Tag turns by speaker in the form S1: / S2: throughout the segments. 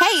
S1: Hey,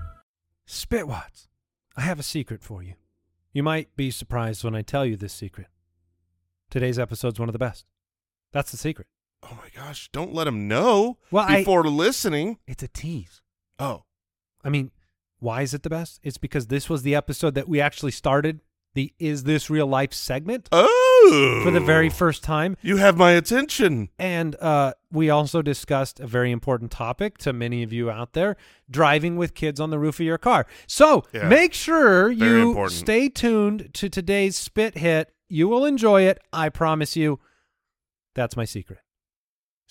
S2: Spitwads, I have a secret for you. You might be surprised when I tell you this secret. Today's episode's one of the best. That's the secret.
S3: Oh my gosh! Don't let them know
S2: Well, I-
S3: before listening.
S2: It's a tease.
S3: Oh,
S2: I mean, why is it the best? It's because this was the episode that we actually started the Is This Real Life segment
S3: oh!
S2: for the very first time.
S3: you have my attention.
S2: And uh, we also discussed a very important topic to many of you out there driving with kids on the roof of your car. So
S3: Yeah.
S2: make sure
S3: Very
S2: you
S3: important.
S2: stay tuned to today's spit hit. You will enjoy it. I promise you. That's my secret.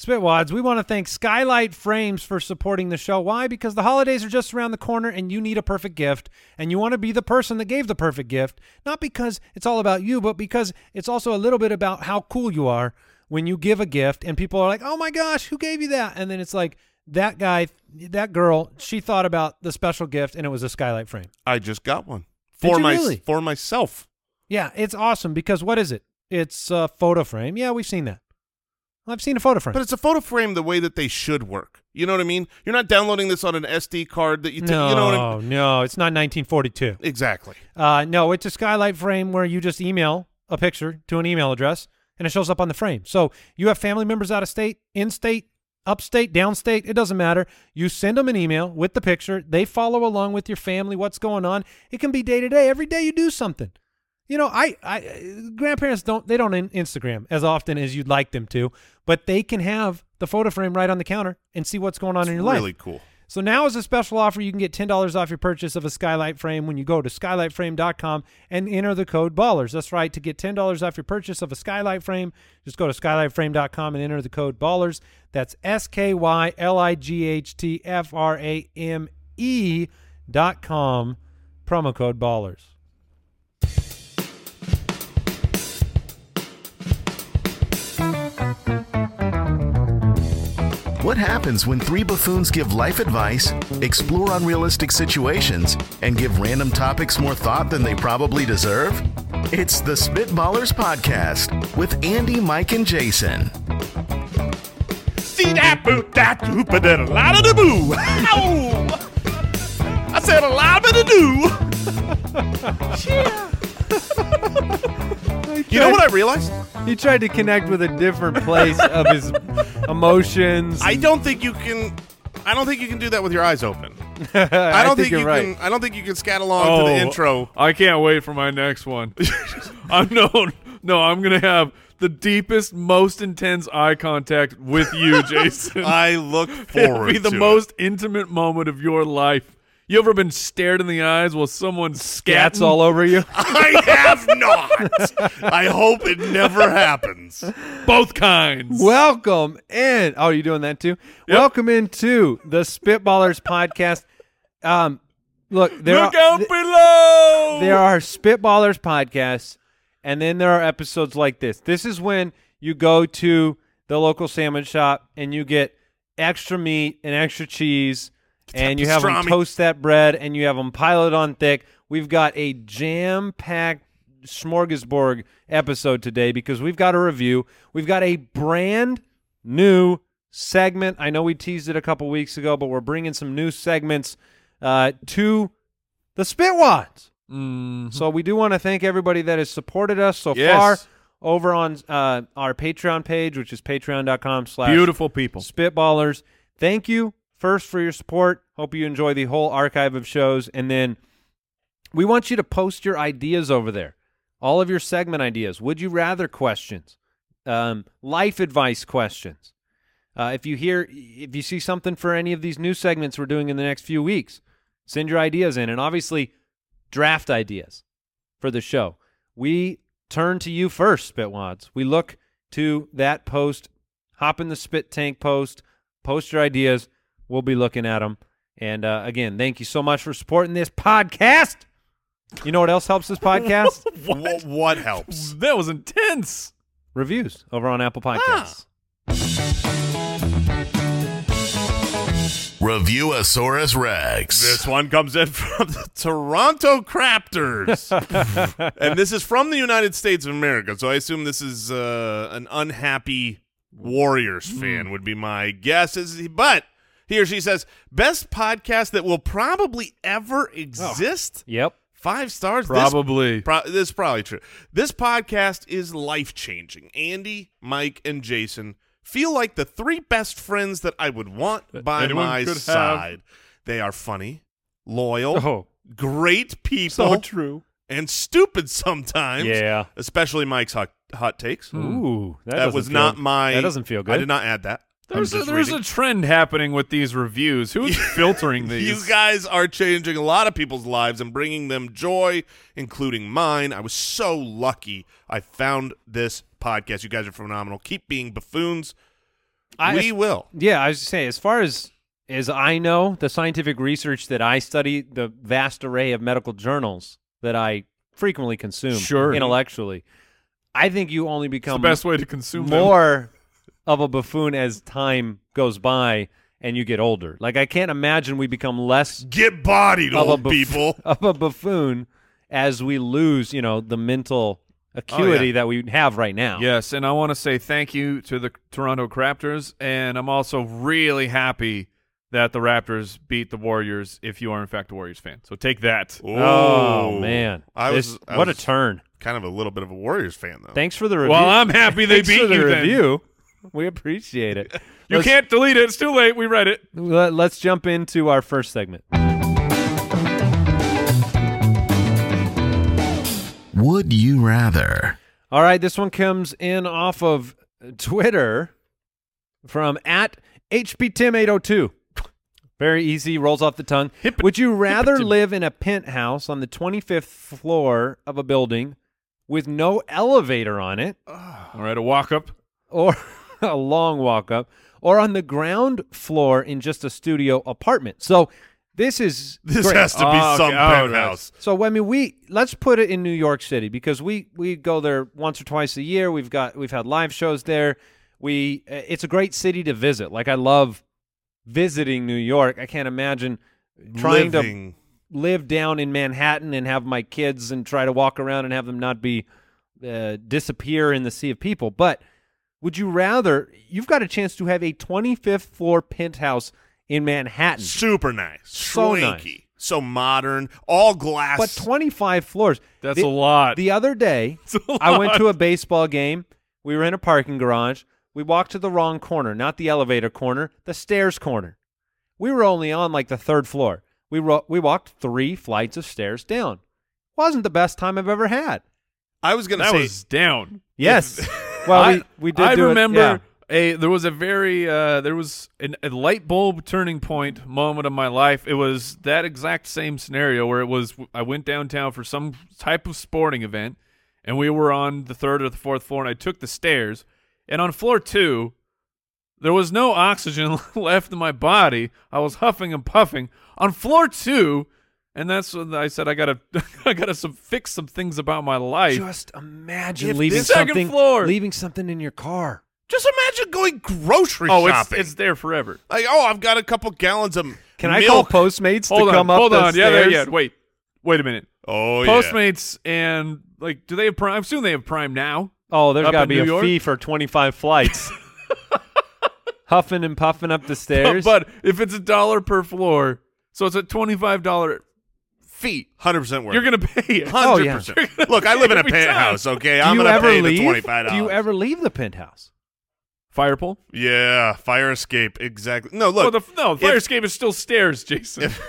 S2: Spitwads, we want to thank Skylight Frames for supporting the show. Why? Because the holidays are just around the corner and you need a perfect gift and you want to be the person that gave the perfect gift. Not because it's all about you, but because it's also a little bit about how cool you are when you give a gift and people are like, oh my gosh, who gave you that? And then it's like, that guy, that girl, she thought about the special gift and it was a Skylight Frame.
S3: I just got one
S2: Did
S3: for
S2: you
S3: my
S2: really?
S3: for myself.
S2: Yeah, it's awesome because what is it? It's a photo frame. Yeah, we've seen that. I've seen a photo frame.
S3: But it's a photo frame the way that they should work. You know what I mean? You're not downloading this on an SD card that you take.
S2: no,
S3: You know what I mean?
S2: no, it's not 1942.
S3: Exactly.
S2: Uh, no, it's a skylight frame where you just email a picture to an email address and it shows up on the frame. So you have family members out of state, in state, upstate, downstate, it doesn't matter. You send them an email with the picture. They follow along with your family, what's going on. It can be day to day. Every day you do something. You know, I, I grandparents don't they don't in Instagram as often as you'd like them to, but they can have the photo frame right on the counter and see what's going on in your life.
S3: really cool.
S2: So now is a special offer. You can get $10 off your purchase of a skylight frame when you go to skylightframe.com and enter the code BALLERS. That's right. To get $10 off your purchase of a skylight frame, just go to skylightframe.com and enter the code BALLERS. That's S K Y L I G H T F R A M E dot com. Promo code BALLERS.
S4: What happens when three buffoons give life advice, explore unrealistic situations, and give random topics more thought than they probably deserve? It's the Spitballers Podcast with Andy, Mike, and Jason.
S3: See that boot that doop and a lot of the boo. Ow! I said a lot of the do. You know what I realized?
S2: He tried to connect with a different place of his emotions.
S3: I don't think you can. I don't think you can do that with your eyes open. I don't think, Oh, you can. I don't think you can scat along to the intro.
S5: Oh, I can't wait for my next one. I'm known. No, I'm gonna have the deepest, most intense eye contact with you, Jason.
S3: I look
S5: It'll
S3: forward
S5: be the
S3: to it.
S5: most intimate moment of your life. You ever been stared in the eyes while someone
S2: Gats
S5: scats
S2: all over you.
S3: I have not. I hope it never happens.
S5: both kinds?
S2: Welcome in. Oh, you doing that too? Welcome into the Spitballers podcast. Um, look, there
S5: Look
S2: are
S5: out below.
S2: uh, there are Spitballers podcasts, and then there are episodes like this. This is when you go to the local sandwich shop and you get extra meat and extra cheese, and you have them
S3: pastrami.
S2: toast that bread, and you have them pile it on thick. We've got a jam packed smorgasbord episode today because we've got a review. We've got a brand new segment. I know we teased it a couple weeks ago, but we're bringing some new segments uh, to the Spitwads.
S5: Mm,
S2: So we do want to thank everybody that has supported us so
S5: Yes.
S2: far over on uh, our Patreon page, which is patreon.com slash
S5: beautiful people.
S2: spitballers. Thank you first for your support. Hope you enjoy the whole archive of shows. And then we want you to post your ideas over there. All of your segment ideas. Would you rather questions? Um, life advice questions. Uh, if you hear, if you see something for any of these new segments we're doing in the next few weeks, send your ideas in. And obviously, draft ideas for the show. We turn to you first, Spitwads. We look to that post, hop in the Spit Tank post, post your ideas. We'll be looking at them And uh, again, thank you so much for supporting this podcast. You know what else helps this podcast?
S3: What, what helps?
S5: That was intense.
S2: Reviews over on Apple
S5: Ah.
S2: Podcasts.
S4: Review Asaurus Rex.
S3: This one comes in from the Toronto Raptors. and this is from the United States of America. So I assume this is uh, an unhappy Warriors fan, would be my guess. Is he, but he or she says, best podcast that will probably ever exist.
S2: Yep.
S3: Five stars. This
S5: Probably.
S3: Pro- this is probably true. This podcast is life changing. Andy, Mike, and Jason feel like the three best friends that I would want by
S5: anyone
S3: my
S5: could have.
S3: side. They are funny, loyal,
S2: Oh,
S3: great people,
S5: so true.
S3: and stupid sometimes.
S2: yeah.
S3: Especially Mike's hot, hot takes.
S2: Ooh, that,
S3: That,
S2: doesn't
S3: was
S2: feel-
S3: not my.
S2: That doesn't feel good.
S3: I did not add that. I'm
S5: There's a,
S3: just
S5: there's a
S3: reading.
S5: trend happening with these reviews. Who's filtering these?
S3: You guys are changing a lot of people's lives and bringing them joy, including mine. I was so lucky I found this podcast. You guys are phenomenal. Keep being buffoons.
S2: I-
S3: we will.
S2: Yeah, I was just saying, as far as as I know, the scientific research that I study, the vast array of medical journals that I frequently consume
S5: Sure.
S2: intellectually, I think you only
S5: it's the
S2: become
S5: best way to consume them.
S2: more of a buffoon as time goes by and you get older. Like I can't imagine we become less
S3: Get bodied,
S2: of a
S3: old
S2: buff-
S3: people.
S2: of a buffoon as we lose, you know, the mental
S5: Oh,
S2: acuity that we have right now.
S5: Yes, and I want to say thank you to the Toronto Raptors, and I'm also really happy that the Raptors beat the Warriors. If you are in fact a Warriors fan, so take that.
S2: Oh
S3: Ooh.
S2: man.
S3: I
S2: This-
S3: was I
S2: what
S3: was
S2: a turn.
S3: Kind of a little bit of a Warriors fan though.
S2: Thanks for the review.
S5: Well, I'm happy they
S2: Thanks
S5: beat
S2: for the
S5: you. then.
S2: review. We appreciate it.
S5: You
S2: Let's-
S5: can't delete it. It's too late. We read it.
S2: Let, let's jump into our first segment.
S4: Would you rather?
S2: All right, this one comes in off of Twitter from at HBTim802. Very easy, rolls off the tongue. Would you rather live in a penthouse on the 25th floor of a building with no elevator on it
S5: All right, a walk up.
S2: or a long walk up or on the ground floor in just a studio apartment? So this is
S3: this
S2: great.
S3: has to be
S5: Oh, okay.
S3: some
S5: Oh, right.
S3: penthouse.
S2: So I mean, we let's put it in New York City because we we go there once or twice a year. We've got we've had live shows there. We uh, it's a great city to visit. Like I love visiting New York. I can't imagine trying
S3: Living.
S2: to live down in Manhattan and have my kids and try to walk around and have them not be uh, disappear in the sea of people. But would you rather you've got a chance to have a 25th floor penthouse in Manhattan?
S3: super nice,
S2: So nice.
S3: swanky, so modern, all glass.
S2: But 25 floors.
S5: That's
S2: The-
S5: a lot.
S2: The other day,
S5: a
S2: I went
S5: lot.
S2: to a baseball game. We were in a parking garage. We walked to the wrong corner, not the elevator corner, the stairs corner. We were only on like the third floor. We ro- we walked three flights of stairs down. Wasn't the best time I've ever had.
S3: I was gonna
S5: that
S3: say
S5: was down.
S2: Yes. well,
S5: I,
S2: we, we did.
S5: I
S2: do it-
S5: remember
S2: yeah.
S5: a there was a very uh, there was an, a light bulb turning point moment of my life. It was that exact same scenario where it was I went downtown for some type of sporting event, and we were on the third or the fourth floor, and I took the stairs, and on floor two. There was no oxygen left in my body. I was huffing and puffing on floor two, and that's when I said I gotta, I gotta some, fix some things about my life.
S2: Just imagine
S3: If
S2: leaving
S3: this- Second
S2: something,
S5: floor.
S2: leaving something in your car.
S3: Just imagine going grocery
S5: oh, it's,
S3: shopping.
S5: it's there forever.
S3: like, oh, I've got a couple gallons of
S2: Can I call
S3: milk.
S2: Postmates
S5: hold
S2: to
S5: on,
S2: come up
S5: hold
S2: the
S5: on. Yeah,
S2: stairs?
S5: there, yeah. Wait, wait a minute.
S3: Oh,
S5: Postmates and like, do they have Prime? I assume they have Prime now.
S2: Oh, there's
S5: Up
S2: got to
S5: in
S2: be
S5: New
S2: a
S5: York?
S2: fee for 25 flights. Huffing and puffing up the stairs.
S5: But if it's a dollar per floor, so it's a twenty-five dollar,
S3: feet. Hundred percent worth.
S5: you're gonna pay it.
S2: Oh,
S3: hundred
S2: yeah.
S3: percent. Look, I live in a
S5: Every time.
S3: penthouse. Okay,
S2: do
S3: I'm
S2: you
S3: gonna
S2: ever
S3: pay
S2: leave?
S3: the twenty-five
S2: Do
S3: dollars.
S2: you ever leave the penthouse?
S5: Fire pole?
S3: Yeah, fire escape. Exactly. No,
S5: Well,
S3: look,
S5: the, f- no, fire
S3: if-
S5: escape is still stairs, Jason.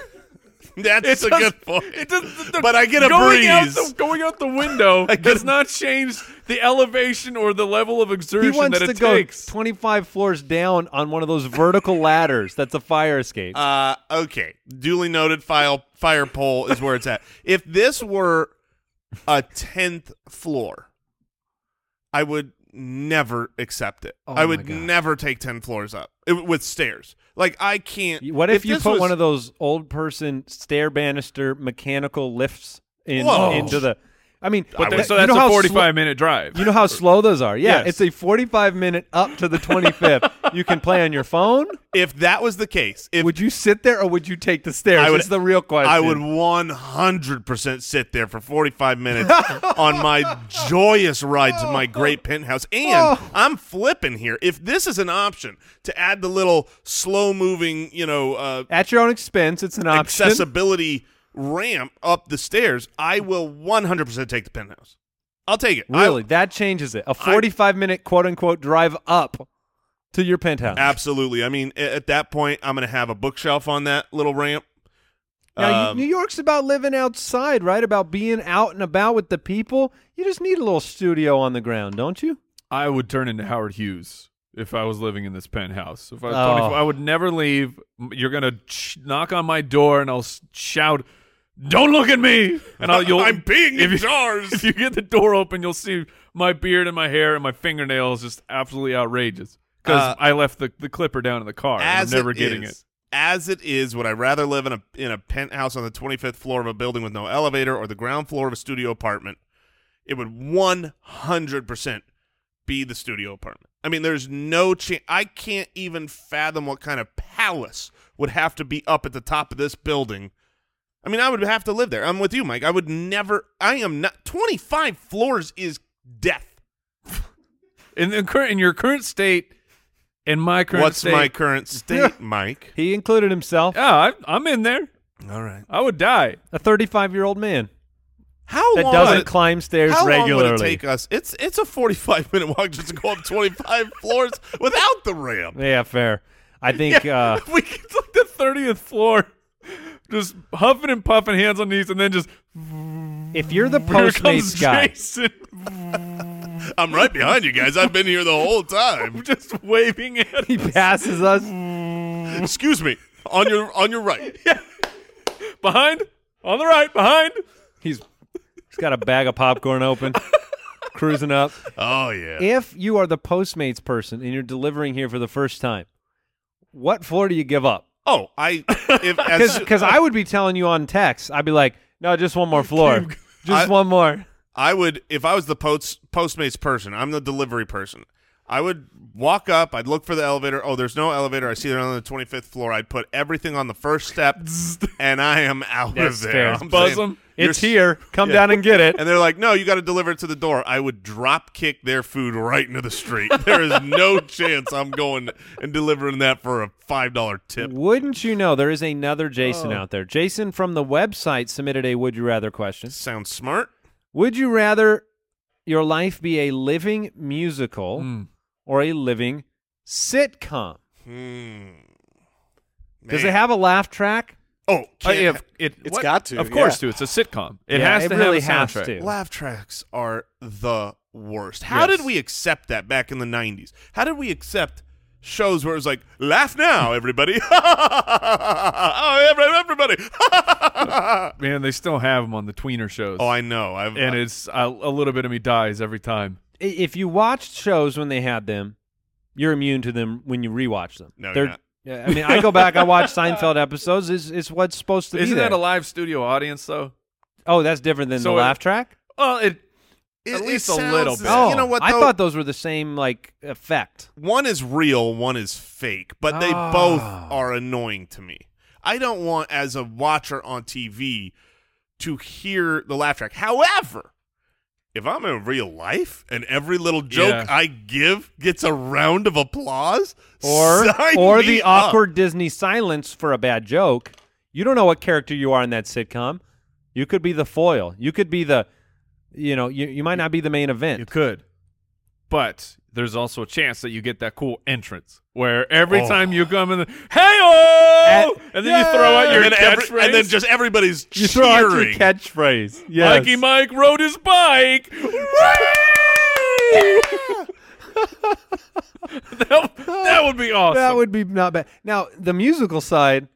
S3: that's a
S5: does-
S3: good point.
S5: It does,
S3: But I get a
S5: going Out
S3: breeze.
S5: the, going out the window
S3: I get
S5: does
S3: a-
S5: not change the elevation or the level of
S2: He
S5: exertion
S2: wants
S5: that
S2: to
S5: it
S2: go
S5: takes.
S2: 25 floors down on one of those vertical ladders. That's a fire escape.
S3: Uh, okay. Duly noted. File fire pole is where it's at. If this were a tenth floor, I would never accept it.
S2: Oh
S3: I
S2: my
S3: would
S2: Oh God.
S3: never take ten floors up. It- with stairs. Like I can't.
S2: What if, you
S3: this
S2: put
S3: was-
S2: one of those old person stair banister mechanical lifts in
S3: Whoa.
S2: into the? I mean,
S3: But
S2: that-
S3: that-
S5: so
S2: you
S5: that's
S2: know
S5: a
S2: how slo-
S5: 45 minute drive.
S2: You know how slow those are. Yeah,
S5: Yes.
S2: it's a 45 minute up to the 25th. you can play on your phone.
S3: If that was the case, if
S2: Would you sit there or would you take the stairs?
S3: I would-
S2: That's the real question.
S3: I would 100% sit there for 45 minutes on my joyous ride to my great penthouse. And
S5: Oh.
S3: I'm flipping here. If this is an option to add the little slow moving, you know, uh,
S2: At your own expense, it's an option.
S3: accessibility ramp up the stairs, I will 100% take the penthouse. I'll take it. I-
S2: Really, that changes it. A 45 minute quote unquote drive up to your penthouse.
S3: absolutely. I mean, a- at that point, I'm going to have a bookshelf on that little ramp.
S2: Now,
S3: Um,
S2: New York's about living outside, right? About being out and about with the people. You just need a little studio on the ground, don't you?
S5: I would turn into Howard Hughes if I was living in this penthouse. If I was
S2: Oh.
S5: 24, I would never leave. M- You're gonna ch- knock on my door and I'll s- shout, "Don't look at me!" And I'll, you'll,
S3: I'm peeing in
S5: if you,
S3: jars.
S5: If you get the door open, you'll see my beard and my hair and my fingernails just absolutely outrageous because
S3: Uh,
S5: I left the, the clipper down in the car. and I'm never getting
S3: is.
S5: it.
S3: As it is, would I rather live in a in a penthouse on the 25th floor of a building with no elevator or the ground floor of a studio apartment? It would 100% be the studio apartment. I mean, there's no chance. I can't even fathom what kind of palace would have to be up at the top of this building. I mean, I would have to live there. I'm with you, Mike. I would never. I am not. 25 floors is death.
S5: In, the current, in your current state, in my current
S3: What's
S5: state,
S3: my current state, Mike?
S2: He included himself,
S5: yeah, I, I'm in there.
S3: All right.
S5: I would die.
S2: a 35 year old man
S3: How
S2: that
S3: long
S2: doesn't
S3: would it-
S2: climb stairs
S3: How
S2: regularly.
S3: long would it take us? It's it's a forty five minute walk just to go up twenty five floors without the ramp.
S2: Yeah, fair. I think uh,
S5: we it's like the thirtieth floor, just huffing and puffing, hands on knees, and then just
S2: if you're the
S5: here comes
S2: Postmates guy,
S5: Jason,
S3: I'm right behind you guys. I've been here the whole time.
S5: just waving at
S2: he passes us.
S3: Excuse me. On your on your right.
S5: behind, on the right, behind.
S2: He's he's got a bag of popcorn open, cruising up.
S3: Oh yeah.
S2: If you are the Postmates person and you're delivering here for the first time, what floor do you give up?
S3: Oh, I if as,
S2: Because I would be telling you on text, I'd be like, no, just one more floor, just
S3: I-
S2: one more.
S3: I would if I was the post postmates person, I'm the delivery person. I would walk up, I'd look for the elevator. Oh, there's no elevator. I see they're on the 25th floor. I'd put everything on the first step and I am out
S2: That's
S3: of there.
S2: fair.
S3: I'm
S5: Buzz
S3: saying,
S5: 'em.
S3: you're
S2: It's here. Come down and get it.
S3: And they're like, no, you got to deliver it to the door. I would drop kick their food right into the street. There is no chance I'm going and delivering that for a $5 tip.
S2: Wouldn't you know there is another
S3: Oh.
S2: Jason out there? Jason from the website submitted a would you rather question.
S3: Sounds smart.
S2: Would you rather your life be a living musical
S3: Mm.
S2: or a living sitcom?
S3: Hmm.
S2: Does
S3: Man.
S2: it have a laugh track?
S3: Oh,
S5: Uh,
S3: can't
S5: if it,
S6: It's
S5: what?
S6: got to,
S5: of course, to.
S6: yeah.
S5: It's a sitcom. It
S2: Yeah,
S5: has
S2: it
S5: to
S2: really
S5: have
S2: has
S5: a soundtrack.
S2: to.
S3: Laugh tracks are the worst. How
S2: Yes.
S3: did we accept that back in the 90s? How did we accept shows where it was like, laugh now, everybody? oh, every- everybody.
S5: Man, they still have them on the tweener shows.
S3: oh, I know. I've,
S5: and it's I, a little bit of me dies every time.
S2: I- If you watched shows when they had them, you're immune to them when you rewatch them.
S3: No, you're
S2: They're-
S3: not.
S2: Yeah, I mean, I go back. I watch Seinfeld episodes. It's, it's what's supposed to
S5: Isn't
S2: be there.
S5: that a live studio audience though?
S2: oh, that's different than
S5: So
S2: the
S5: it-
S2: laugh track.
S5: Well, it
S3: it-
S5: at
S3: it
S5: least a
S3: sounds
S5: little
S3: the-
S5: bit.
S2: Oh,
S3: you know what?
S2: I
S3: though?
S2: thought those were the same like effect.
S3: one is real, one is fake, but they
S5: Ah.
S3: both are annoying to me. I don't want, as a watcher on TV, to hear the laugh track. However, if I'm in real life and every little joke
S5: Yeah.
S3: I give gets a round of applause,
S2: or
S3: sign
S2: or
S3: me
S2: the
S3: up.
S2: awkward Disney silence for a bad joke. You don't know what character you are in that sitcom. You could be the foil. You could be the, you know, you, you might not be the main
S5: You
S2: event.
S5: could. But there's also a chance that you get that cool entrance where every
S3: Oh.
S5: time you come in, the, hey oh,
S2: At-
S5: and then you throw out your
S3: and, then every-
S5: catchphrase,
S3: and then just everybody's
S2: You throw
S3: cheering.
S2: out your catchphrase. Yes.
S5: Mikey Mike rode his bike. that, that would be awesome.
S2: That would be not bad. Now the musical side,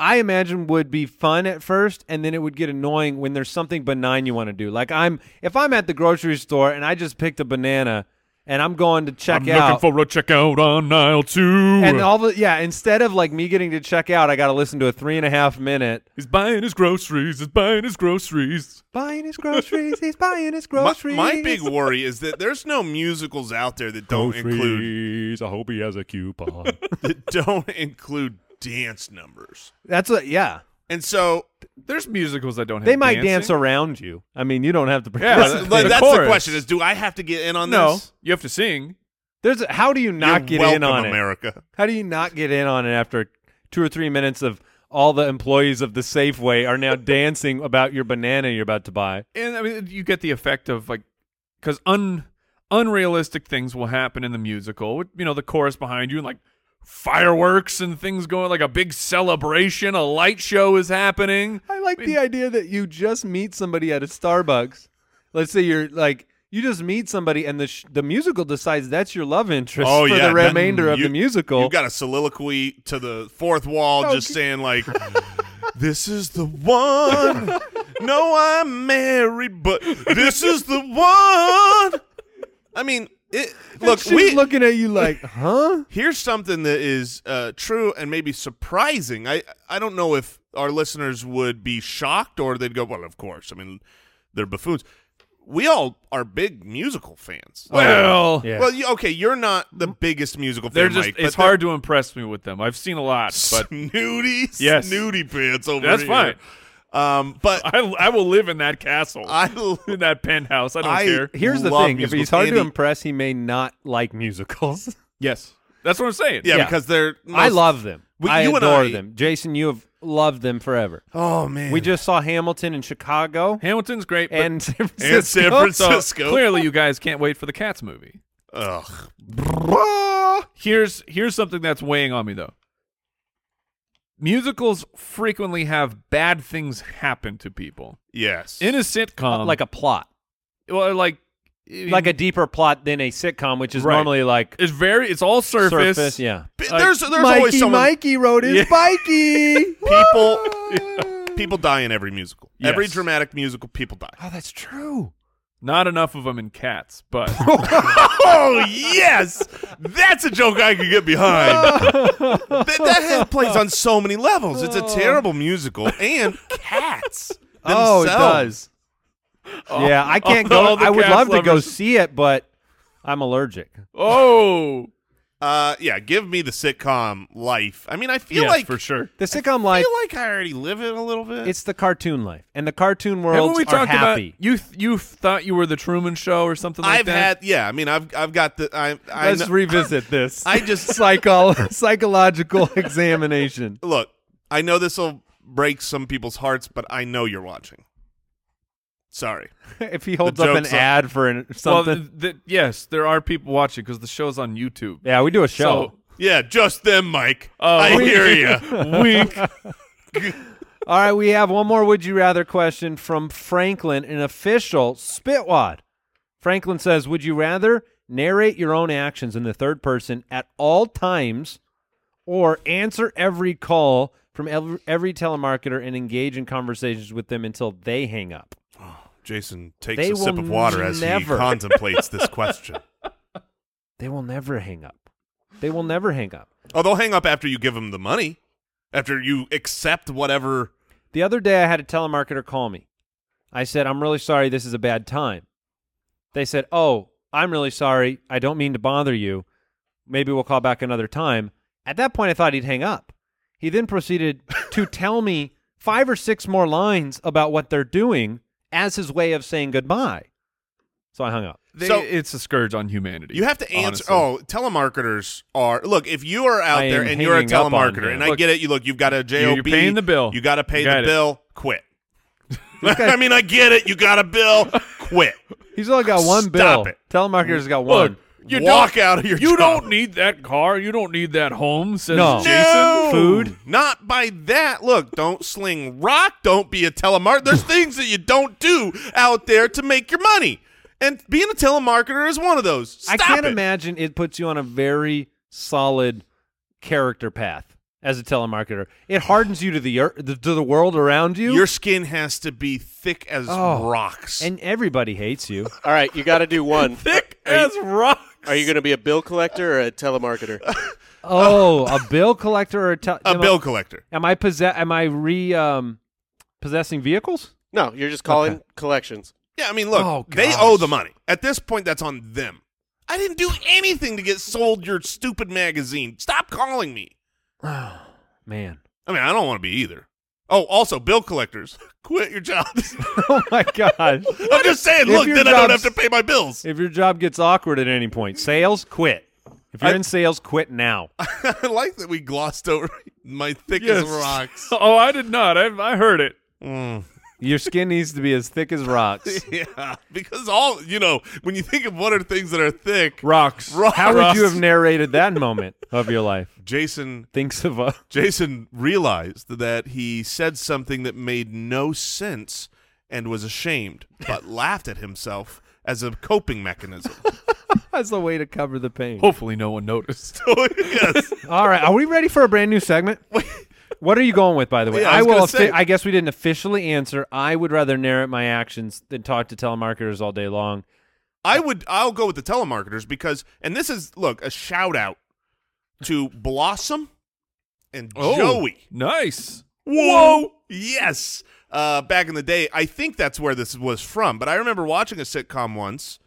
S2: I imagine would be fun at first, and then it would get annoying when there's something benign you want to do. Like I'm, if I'm at the grocery store and I just picked a banana, and I'm going to check
S5: I'm
S2: out.
S5: looking for a checkout on aisle two.
S2: and all the yeah, instead of like me getting to check out, I got to listen to a three and a half minute
S5: he's buying his groceries. He's buying his groceries.
S2: buying his groceries. he's buying his
S3: My,
S2: groceries.
S3: my big worry is that there's no musicals out there that don't include
S5: Groceries. I hope he has a coupon.
S3: that don't include dance numbers.
S2: That's what. Yeah,
S3: And so
S5: There's musicals that don't have
S2: they might
S5: dancing.
S2: dance around you. I mean, you don't have to.
S5: Yeah,
S3: that's,
S2: participate.
S5: the
S3: that's the
S5: chorus.
S3: question: is do I have to get in on
S5: No,
S3: this?
S5: you have to sing.
S2: There's a- how do you not
S3: You're
S2: get
S3: welcome,
S2: in on it?
S3: America.
S2: How do you not get in on it after two or three minutes of all the employees of the Safeway are now dancing about your banana you're about to buy?
S5: and I mean, you get the effect of like, because un unrealistic things will happen in the musical. with, You know, the chorus behind you and like fireworks and things going like a big celebration, a light show is happening.
S2: I like the idea that you just meet somebody at a Starbucks. Let's say you're like you just meet somebody, and the sh- the musical decides that's your love interest for
S3: Oh, yeah,
S2: the
S3: that-
S2: remainder of
S3: you-
S2: the musical.
S3: You got a soliloquy to the fourth wall, just saying like, "This is the one." No, I'm married, but this is the one. I mean, it, look,
S2: She's
S3: we
S2: looking at you like, huh?
S3: here's something that is uh, true and maybe surprising. I I don't know if our listeners would be shocked or they'd go, "Well, of course." I mean, they're buffoons. We all are big musical fans.
S5: Oh, Well,
S2: yeah.
S3: Well, you, okay, you're not the biggest musical
S5: Mm. they're
S3: fan,
S5: just.
S3: Mike, but
S5: it's
S3: they're-
S5: hard to impress me with them. I've seen a lot, but
S3: snooty,
S5: Yes.
S3: snooty pants over
S5: that's
S3: here.
S5: fine.
S3: Um, but
S5: I, I will live in that castle,
S3: I,
S5: in that penthouse. I don't
S3: I-
S5: care.
S2: Here's the
S3: Love
S2: thing: if he's
S3: musicals.
S2: hard
S3: Andy-
S2: to impress, he may not like musicals.
S5: Yes, that's what I'm saying.
S3: yeah,
S2: Yeah.
S3: because they're. Most,
S2: I love them.
S3: We-
S2: I
S3: you and
S2: adore
S3: I-
S2: them. Jason, you have loved them forever.
S3: Oh man,
S2: We just saw Hamilton in Chicago
S5: Hamilton's great, but
S2: and San Francisco.
S3: and San
S5: so
S3: Francisco.
S5: clearly you guys can't wait for the Cats movie.
S3: Ugh.
S5: here's here's something that's weighing on me though. Musicals frequently have bad things happen to people
S3: Yes.
S5: in a sitcom,
S2: like a plot,
S5: well, like
S2: like a deeper plot than a sitcom, which is
S5: Right.
S2: normally like
S5: It's very, it's all surface.
S2: yeah.
S3: B-
S5: like,
S3: there's there's always someone.
S2: rode
S5: Yeah.
S2: bikey.
S3: People. People die in every musical. Every
S5: Yes.
S3: dramatic musical, people die.
S2: oh, that's true.
S5: Not enough of them in Cats, but
S3: oh yes, that's a joke I could get behind. that, that has- plays on so many levels. It's a
S5: Oh.
S3: terrible musical, and cats.
S2: Oh, it
S3: themselves.
S2: does. yeah, I can't go.
S5: all the
S2: I would
S5: cast
S2: love to go
S5: lovers.
S2: see it, but I'm allergic.
S5: oh,
S3: Uh, yeah, give me the sitcom life. I mean, I feel
S5: yes,
S3: like
S5: for sure.
S2: The sitcom
S3: I
S2: life,
S3: feel like I already live it a little bit.
S2: it's the cartoon life, and the cartoon
S5: Haven't
S2: worlds
S5: we
S2: are
S5: talked
S2: happy.
S5: about you? th- You thought you were the Truman Show or something like
S3: I've had
S5: that?
S3: yeah. I mean, I've I've got the I I
S2: Let's
S3: kn-
S2: revisit this.
S3: I just
S2: Psycho- psychological examination.
S3: look. I know this will break some people's hearts, but I know you're watching. Sorry.
S2: if he holds
S3: The
S2: up an
S3: joke's on-
S2: ad for an,
S5: well,
S2: something,
S5: th- th- yes, there are people watching because the show's on YouTube.
S2: yeah, we do a show.
S5: So
S3: Yeah, just them, Mike.
S5: Oh.
S3: I hear you.
S5: wink.
S2: All right, we have one more would you rather question from Franklin, an official spitwad. Franklin says, "Would you rather narrate your own actions in the third person at all times or answer every call from every, every telemarketer and engage in conversations with them until they hang up?"
S3: Jason takes
S2: They
S3: a sip
S2: will
S3: of water as
S2: never.
S3: he contemplates this question.
S2: They will never hang up. They will never hang up.
S3: Oh, they'll hang up after you give them the money, after you accept whatever.
S2: The other day, I had a telemarketer call me. I said, I'm really sorry, this is a bad time. They said, Oh, I'm really sorry. I don't mean to bother you. Maybe we'll call back another time. At that point, I thought he'd hang up. He then proceeded to tell me five or six more lines about what they're doing as his way of saying goodbye. So I hung up.
S5: They,
S3: So-
S5: it's a scourge on humanity.
S3: You have to answer.
S5: honestly.
S3: Oh, telemarketers are. Look, if you are out
S2: I
S3: there
S2: am
S3: and you're a
S2: hanging up on
S3: telemarketer,
S2: them.
S3: and I
S5: Look,
S3: get it. You look, you've got a job.
S5: you're paying the bill.
S3: You got to pay
S5: You
S3: the
S5: got it.
S3: bill. Quit. I mean, I get it. You got a bill. Quit.
S2: He's only got one
S3: Stop
S2: bill.
S3: it.
S2: Telemarketer's got one.
S5: Look, you
S3: Walk
S5: don't,
S3: out of your
S5: You
S3: job.
S5: don't need that car. You don't need that home. Says
S2: No.
S5: Jason.
S3: No!
S2: Food?
S3: Not by that. Look, don't sling rock. Don't be a telemarketer. There's things that you don't do out there to make your money, and being a telemarketer is one of those.
S2: I
S3: Stop
S2: can't
S3: it.
S2: imagine it puts you on a very solid character path as a telemarketer. It hardens you to the ear the, to the world around you,
S3: Your skin has to be thick as
S2: Oh.
S3: rocks.
S2: and everybody hates you.
S6: All right, you got to do one.
S5: Thick as rock.
S6: Are you going to be a bill collector or a telemarketer?
S2: Oh, a bill collector or a, tel-
S3: a
S2: am
S3: bill
S2: I,
S3: collector.
S2: am I possess? Am I re um, possessing vehicles?
S6: No, you're just calling collections.
S3: Yeah, I mean, look,
S2: Oh,
S3: they
S2: gosh.
S3: owe the money. At this point, that's on them. I didn't do anything to get sold your stupid magazine. Stop calling me.
S2: Man.
S3: I mean, I don't want to be either. Oh, also, bill collectors, quit your jobs.
S2: Oh my gosh.
S3: I'm just saying,
S2: If
S3: look,
S2: your
S3: then I don't have
S2: job's-
S3: to pay my bills.
S2: if your job gets awkward at any point, sales quit. If you're
S3: I-
S2: in sales, quit now.
S3: I like that we glossed over my thick as rocks.
S5: oh, I did not. I, I heard it.
S3: Mm.
S2: Your skin needs to be as thick as rocks.
S3: Yeah, because all, you know, when you think of what are things that are thick,
S5: Rocks.
S3: Rocks.
S2: How would you have narrated that moment of your life?
S3: Jason
S2: Thinks of uh, a
S3: Jason realized that he said something that made no sense and was ashamed, but laughed at himself as a coping mechanism.
S2: as a way to cover the pain.
S5: Hopefully, no one noticed.
S3: Oh, yes.
S2: Oh. All right, are we ready for a brand new segment? What are you going with, by the way?
S3: Yeah, I was
S2: will.
S3: gonna say-
S2: I guess we didn't officially answer. I would rather narrate my actions than talk to telemarketers all day long.
S3: I would I'll go with the telemarketers because and this is look, a shout out to Blossom and
S5: Oh.
S3: Joey.
S5: Nice.
S3: Whoa! Yes. Uh, back in the day, I think that's where this was from. But I remember watching a sitcom once,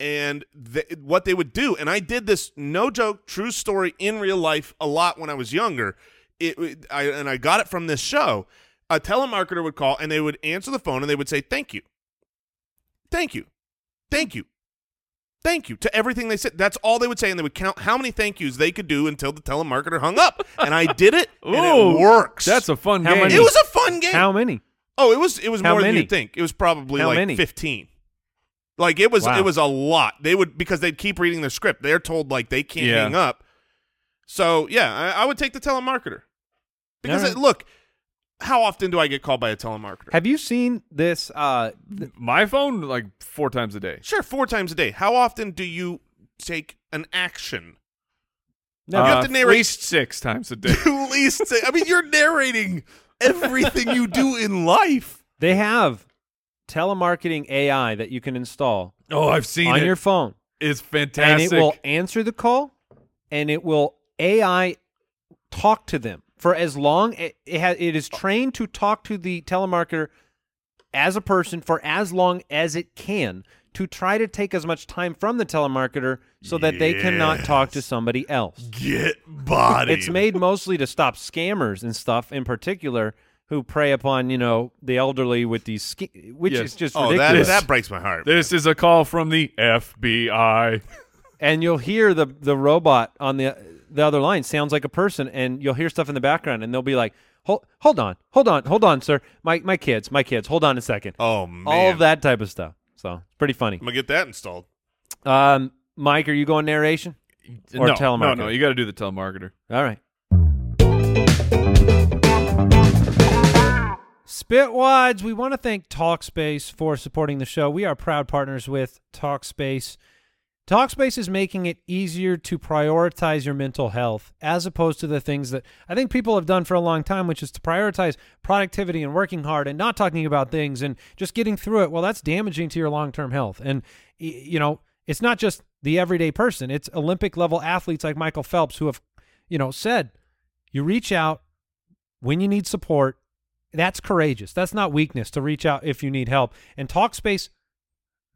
S3: and th- what they would do, and I did this no joke, true story in real life a lot when I was younger. It, it- I, and I got it from this show. A telemarketer would call, and they would answer the phone, and they would say, "Thank you, thank you, thank you, thank you to everything they said. That's all they would say, and they would count how many thank yous they could do until the telemarketer hung up. And I did it, and
S5: Ooh,
S3: it works.
S5: That's a fun
S2: How
S5: game.
S2: many-
S3: It was a fun game.
S2: How many?
S3: oh, it was it was
S2: How
S3: more than
S2: many?
S3: you think. It was probably
S2: How
S3: like
S2: many?
S3: fifteen. Like it was
S2: Wow.
S3: it was a lot. They would because they'd keep reading their script. They're told like they can't
S5: Yeah.
S3: hang up. So yeah, I, I would take the telemarketer because
S2: All
S3: it, look, how often do I get called by a telemarketer?
S2: Have you seen this? Uh, th-
S5: My phone like four times a day.
S3: sure, four times a day. How often do you take an action?
S2: no,
S3: You
S5: Uh,
S3: have to narrate-
S5: At least six times a day.
S3: At least say, I mean, you're narrating everything you do in life.
S2: they have telemarketing AI that you can install
S5: oh, I've seen
S2: on
S5: it.
S2: your phone,
S5: it's fantastic.
S2: and it will answer the call, and it will AI talk to them for as long it it, ha- it is trained to talk to the telemarketer as a person for as long as it can to try to take as much time from the telemarketer so that they cannot talk to somebody else.
S3: Get body.
S2: It's made mostly to stop scammers and stuff in particular who prey upon, you know, the elderly with these ske- which
S5: Yes.
S2: is just
S3: Oh, that,
S2: ridiculous.
S3: that breaks my heart.
S5: This is a call from the FBI.
S2: and you'll hear the the robot on the the other line sounds like a person, and you'll hear stuff in the background, and they'll be like, "Hold, hold on, hold on, hold on, sir, my my kids, my kids, hold on a second.
S3: Oh man,
S2: all of that type of stuff. So it's pretty funny.
S3: I'm gonna get that installed.
S2: Um, Mike, are you going narration? Or
S5: no,
S2: telemarketer.
S5: No, no, you got to do the telemarketer.
S2: All right. Spitwads, we want to thank TalkSpace for supporting the show. We are proud partners with TalkSpace. TalkSpace is making it easier to prioritize your mental health as opposed to the things that I think people have done for a long time, which is to prioritize productivity and working hard and not talking about things and just getting through it. Well, that's damaging to your long term health. And, y- you know, it's not just the everyday person, it's Olympic level athletes like Michael Phelps who have, you know, said, you reach out when you need support. That's courageous. That's not weakness to reach out if you need help. And TalkSpace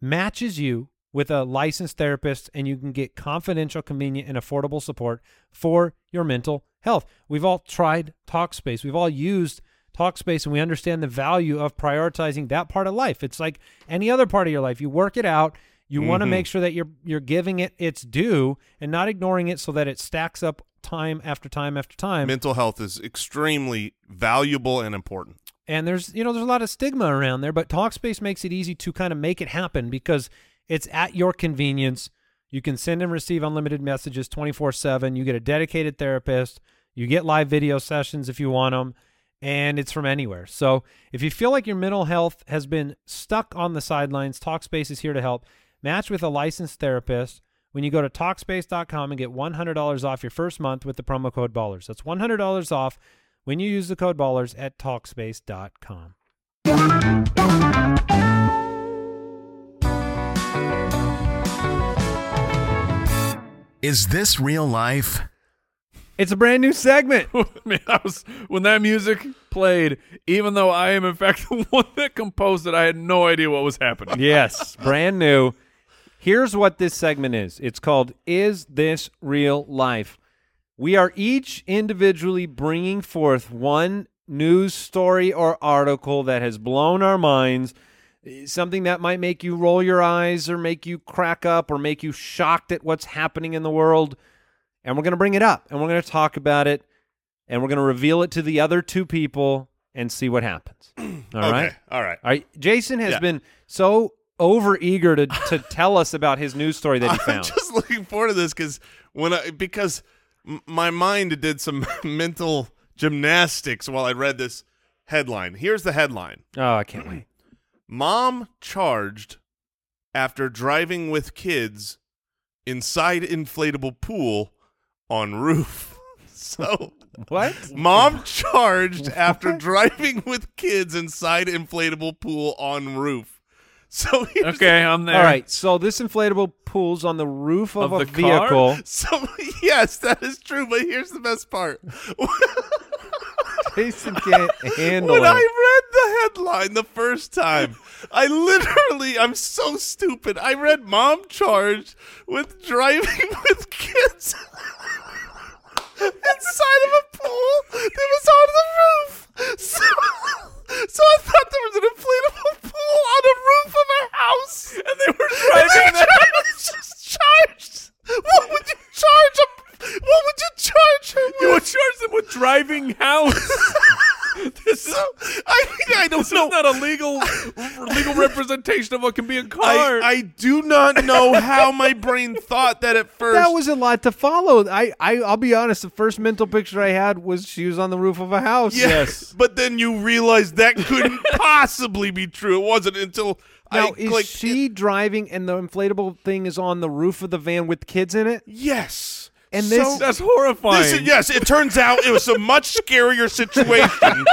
S2: matches you with a licensed therapist and you can get confidential, convenient, and affordable support for your mental health. We've all tried TalkSpace. We've all used TalkSpace and we understand the value of prioritizing that part of life. It's like any other part of your life. You work it out. You want to make sure that you're you're giving it its due and not ignoring it so that it stacks up time after time after time.
S3: Mental health is extremely valuable and important.
S2: and there's you know there's a lot of stigma around there but talkspace makes it easy to kind of make it happen because it's at your convenience you can send and receive unlimited messages 24/7 you get a dedicated therapist you get live video sessions if you want them and it's from anywhere so if you feel like your mental health has been stuck on the sidelines talkspace is here to help match with a licensed therapist when you go to talkspace.com and get $100 off your first month with the promo code ballers that's $100 off when you use the code ballers at talkspace.com.
S4: Is this real life?
S2: It's a brand new segment.
S5: Man, I was when that music played. Even though I am in fact the one that composed it, I had no idea what was happening.
S2: yes, brand new. Here's what this segment is it's called Is This Real Life? We are each individually bringing forth one news story or article that has blown our minds, something that might make you roll your eyes or make you crack up or make you shocked at what's happening in the world. And we're going to bring it up and we're going to talk about it and we're going to reveal it to the other two people and see what happens. All right.
S3: okay. All right.
S2: All right, Jason has
S3: Yeah.
S2: been so over eager to, to tell us about his news story that he
S3: I'm
S2: found.
S3: just looking forward to this because when I because m- my mind did some mental gymnastics while I read this headline. Here's the headline:
S2: oh, I can't wait.
S3: Mom charged after driving with kids inside inflatable pool on roof. So.
S2: What?
S3: Mom charged after driving with kids inside inflatable pool on roof. So here's
S5: Okay, I'm there.
S2: All right, so this inflatable pool's on the roof of,
S5: Of
S2: a
S5: the car?
S2: vehicle.
S3: So yes, that is true. But here's the best part.
S2: Jason can't handle
S3: when
S2: it.
S3: I read the headline the first time, I literally, I'm so stupid. I read "Mom charged with driving with kids inside of a pool that was on the roof." So, so I thought there was an inflatable pool on the roof of a house, and they were driving. And just charged. What would you charge a? What would you charge her? With?
S5: You would charge them with driving house. this is,
S3: So, I mean, I don't
S5: this is
S3: know.
S5: not a legal legal representation of what can be a car.
S3: I, I do not know how my brain thought that at first.
S2: that was a lot to follow. I, I I'll be honest, the first mental picture I had was she was on the roof of a house.
S3: Yeah, But then you realize that couldn't possibly be true. It wasn't until
S2: Now
S3: I
S2: is
S3: clicked
S2: she
S3: it-
S2: driving and the inflatable thing is on the roof of the van with kids in it?
S3: Yes.
S2: And
S3: So-
S2: this-
S5: That's horrifying.
S3: This is, yes, it turns out it was a much scarier situation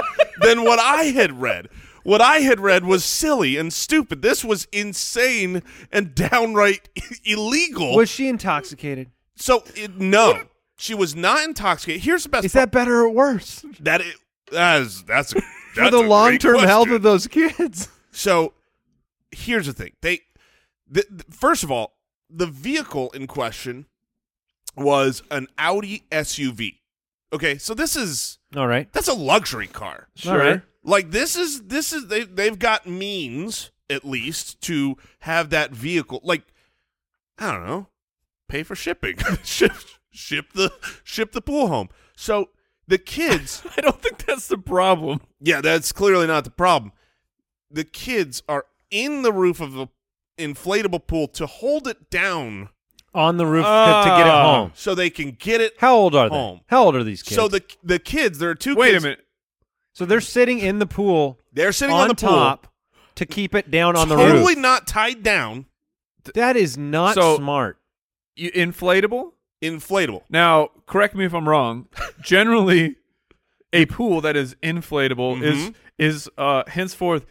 S3: than what I had read. What I had read was silly and stupid. This was insane and downright illegal.
S2: Was she intoxicated?
S3: so it, no, she was not intoxicated. Here's the best.
S2: Is that better or worse
S3: That i- that is that's a,
S2: for
S3: that's
S2: the
S3: a great
S2: long term health
S3: question.
S2: of those kids?
S3: So here's the thing: they, the, the- first of all, the vehicle in question was an Audi SUV. Okay, so this is
S2: All right.
S3: that's a luxury car.
S2: All right.
S3: Like this is this is they they've got means at least to have that vehicle. Like I don't know, pay for shipping, ship ship the ship the pool home. So the kids.
S5: I don't think that's the problem.
S3: Yeah, that's clearly not the problem. The kids are in the roof of the inflatable pool to hold it down
S2: on the roof to, to get it
S5: Ah.
S2: home.
S3: so they can get it
S2: How old are they?
S3: Oh. Home.
S2: How old are these kids?
S3: So the the kids, there are two
S5: Wait a
S3: kids-
S5: minute.
S2: so they're sitting in the pool
S3: They're sitting
S2: on,
S3: on, the
S2: top to keep it down on
S3: pool.
S2: the
S3: Totally
S2: roof.
S3: not tied down,
S2: That is not
S5: So-
S2: smart.
S5: You, inflatable?
S3: inflatable.
S5: Now, correct me if I'm wrong. Generally, a pool that is inflatable
S3: Mhm.
S5: is is uh, henceforth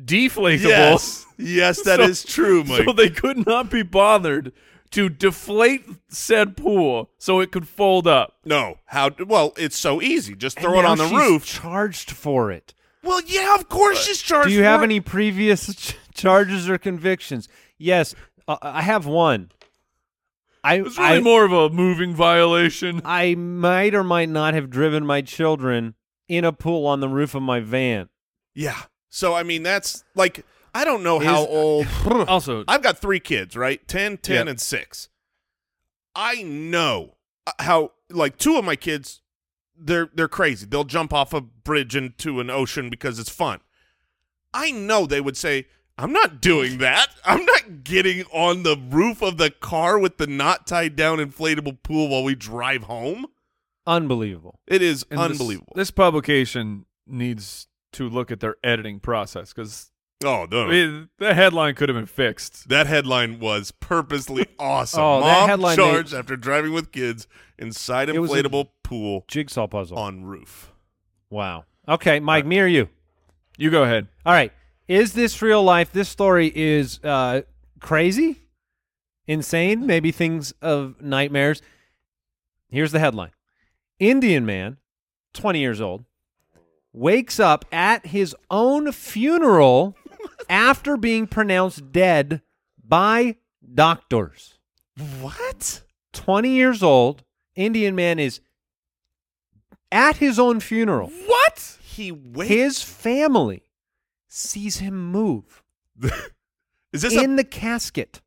S5: deflatable.
S3: Yes. Yes, that
S5: So-
S3: is true, Mike.
S5: So they could not be bothered to deflate said pool so it could fold up.
S3: no. How well, it's so easy. Just
S2: And
S3: throw it
S2: now
S3: on the
S2: she's
S3: roof.
S2: Charged for it.
S3: well, yeah, of course she's charged.
S2: Do you
S3: for
S2: have
S3: it.
S2: any previous ch- charges or convictions? Yes, uh, I have one. I
S5: It's really
S2: I,
S5: more of a moving violation.
S2: I might or might not have driven my children in a pool on the roof of my van.
S3: Yeah. So I mean that's like I don't know
S2: Is-
S3: how old
S5: also,
S3: I've got three kids, right? 10, 10,
S5: Yeah.
S3: and six. I know uh, how, like, two of my kids, they're they're crazy. They'll jump off a bridge into an ocean because it's fun. I know they would say, "I'm not doing that. I'm not getting on the roof of the car with the not tied down inflatable pool while we drive home."
S2: Unbelievable.
S3: It is
S5: and this-
S3: unbelievable.
S5: This, publication needs to look at their editing process because
S3: oh no.
S5: the headline could have been fixed.
S3: that headline was purposely awesome.
S2: Oh,
S3: Mom
S2: that headline, they-
S3: charged after driving with kids inside
S2: It was a-
S3: inflatable pool.
S2: Jigsaw puzzle.
S3: on roof.
S2: Wow. Okay, Mike, me or you?
S5: You go ahead.
S2: All right. Is this real life? This story is uh, crazy. insane, maybe things of nightmares. Here's the headline Indian man, 20 years old, wakes up at his own funeral after being pronounced dead by doctors.
S3: What?
S2: 20 years old, Indian man is at his own funeral.
S5: What?
S3: He wait.
S2: His family sees him move
S3: is this
S2: in
S3: a
S2: the casket.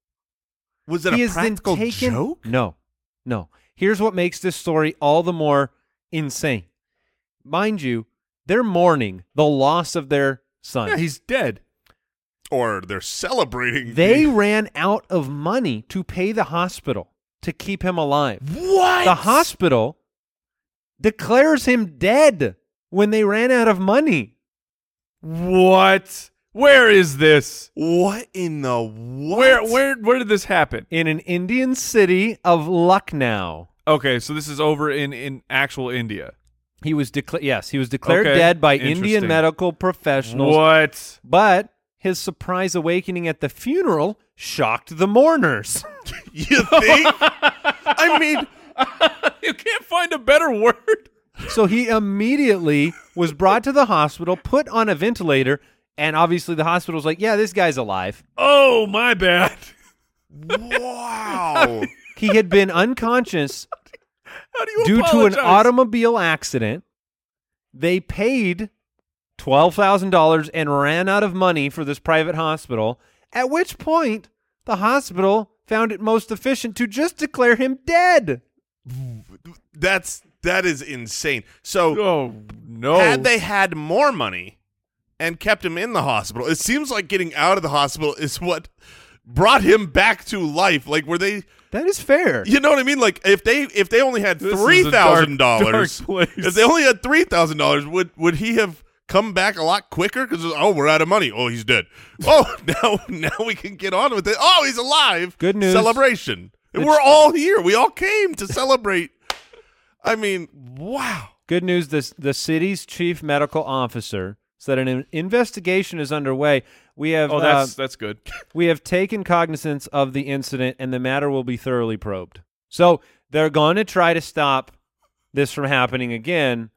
S3: was it
S2: he
S3: a
S2: has then
S3: practical
S2: taken-
S3: joke?
S2: No, no. Here's what makes this story all the more insane. Mind you, they're mourning the loss of their son.
S5: Yeah, he's dead.
S3: Or they're celebrating?
S2: they
S3: the-
S2: ran out of money to pay the hospital to keep him alive.
S3: what?
S2: The hospital declares him dead when they ran out of money.
S5: What? Where is this?
S3: What in the what?
S5: Where where where did this happen?
S2: in an Indian city of Lucknow.
S5: Okay, so this is over in in actual India.
S2: He was declared yes, he was declared
S5: Okay,
S2: dead by Indian
S5: interesting.
S2: medical professionals.
S5: What?
S2: But his surprise awakening at the funeral shocked the mourners.
S3: You think? I mean,
S5: you can't find a better word.
S2: so he immediately was brought to the hospital, put on a ventilator, and obviously the hospital's like, "Yeah, this guy's alive."
S5: Oh, my bad.
S3: wow.
S2: He had been unconscious
S5: How do you
S2: due to an
S5: apologize?
S2: automobile accident. They paid twelve thousand dollars and ran out of money for this private hospital. At which point, the hospital found it most efficient to just declare him dead.
S3: That's that is insane. So
S5: Oh no.
S3: had they had more money and kept him in the hospital, it seems like getting out of the hospital is what brought him back to life. Like were they
S2: That is fair.
S3: you know what I mean? Like if they if they only had
S5: This is a
S3: three thousand dollars
S5: dark- dark place.
S3: if they only had three thousand dollars, would would he have come back a lot quicker? Because oh we're out of money. Oh he's dead. Oh now now we can get on with it. Oh he's alive.
S2: Good news.
S3: Celebration. And we're all here. We all came to celebrate. I mean, wow.
S2: Good news: this the city's chief medical officer said an in- investigation is underway. We have
S5: oh,
S2: uh,
S5: that's that's good.
S2: we have taken cognizance of the incident, and the matter will be thoroughly probed. So they're going to try to stop this from happening again.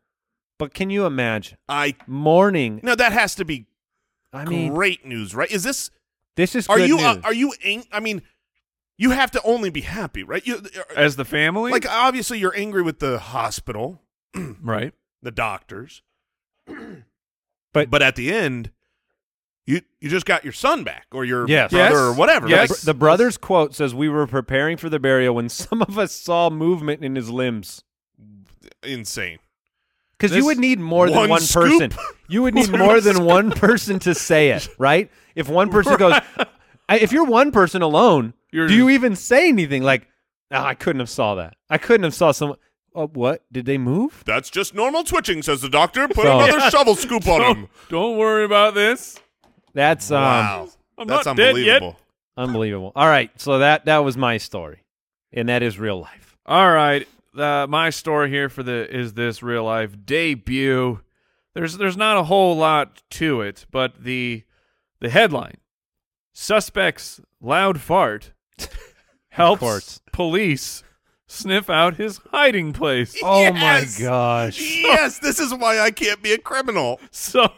S2: But can you imagine
S3: I
S2: mourning?
S3: no, that has to be
S2: I mean,
S3: great news, right? Is this
S2: this is
S3: are
S2: good
S3: you
S2: news.
S3: uh, are you ang- I mean, you have to only be happy, right? You are,
S5: As the family,
S3: like obviously you're angry with the hospital,
S5: right?
S3: the doctors,
S2: But-
S3: but at the end, you you just got your son back or your
S2: Yes.
S3: brother or
S5: Yes.
S3: whatever.
S5: Yes.
S3: Like,
S2: the brother's quote says, "We were preparing for the burial when some of us saw movement in his limbs."
S3: insane.
S2: Because you
S5: This-
S2: would need more than
S3: one
S2: one person.
S3: scoop.
S2: You would need more than one person to say it, right? If one person goes, I, if you're one person alone,
S5: You're-
S2: do you even say anything? Like, "Ah, I couldn't have saw that. I couldn't have saw someone. Oh, what did they move?
S3: That's just normal twitching, says the doctor. Put
S2: So-
S3: another shovel scoop on
S5: um,
S3: him.
S5: Don't worry about this.
S2: That's um,
S3: Wow,
S5: I'm
S3: that's
S5: not dead yet.
S3: unbelievable.
S2: unbelievable. All right, so that that was my story, and that is real life.
S5: All right, uh, my story here for the is this real life debut. There's there's not a whole lot to it, but the the headline: suspects loud fart helps
S2: course.
S5: police sniff out his hiding place.
S2: Oh my
S3: Yes!
S2: gosh!
S3: Yes, this is why I can't be a criminal.
S5: So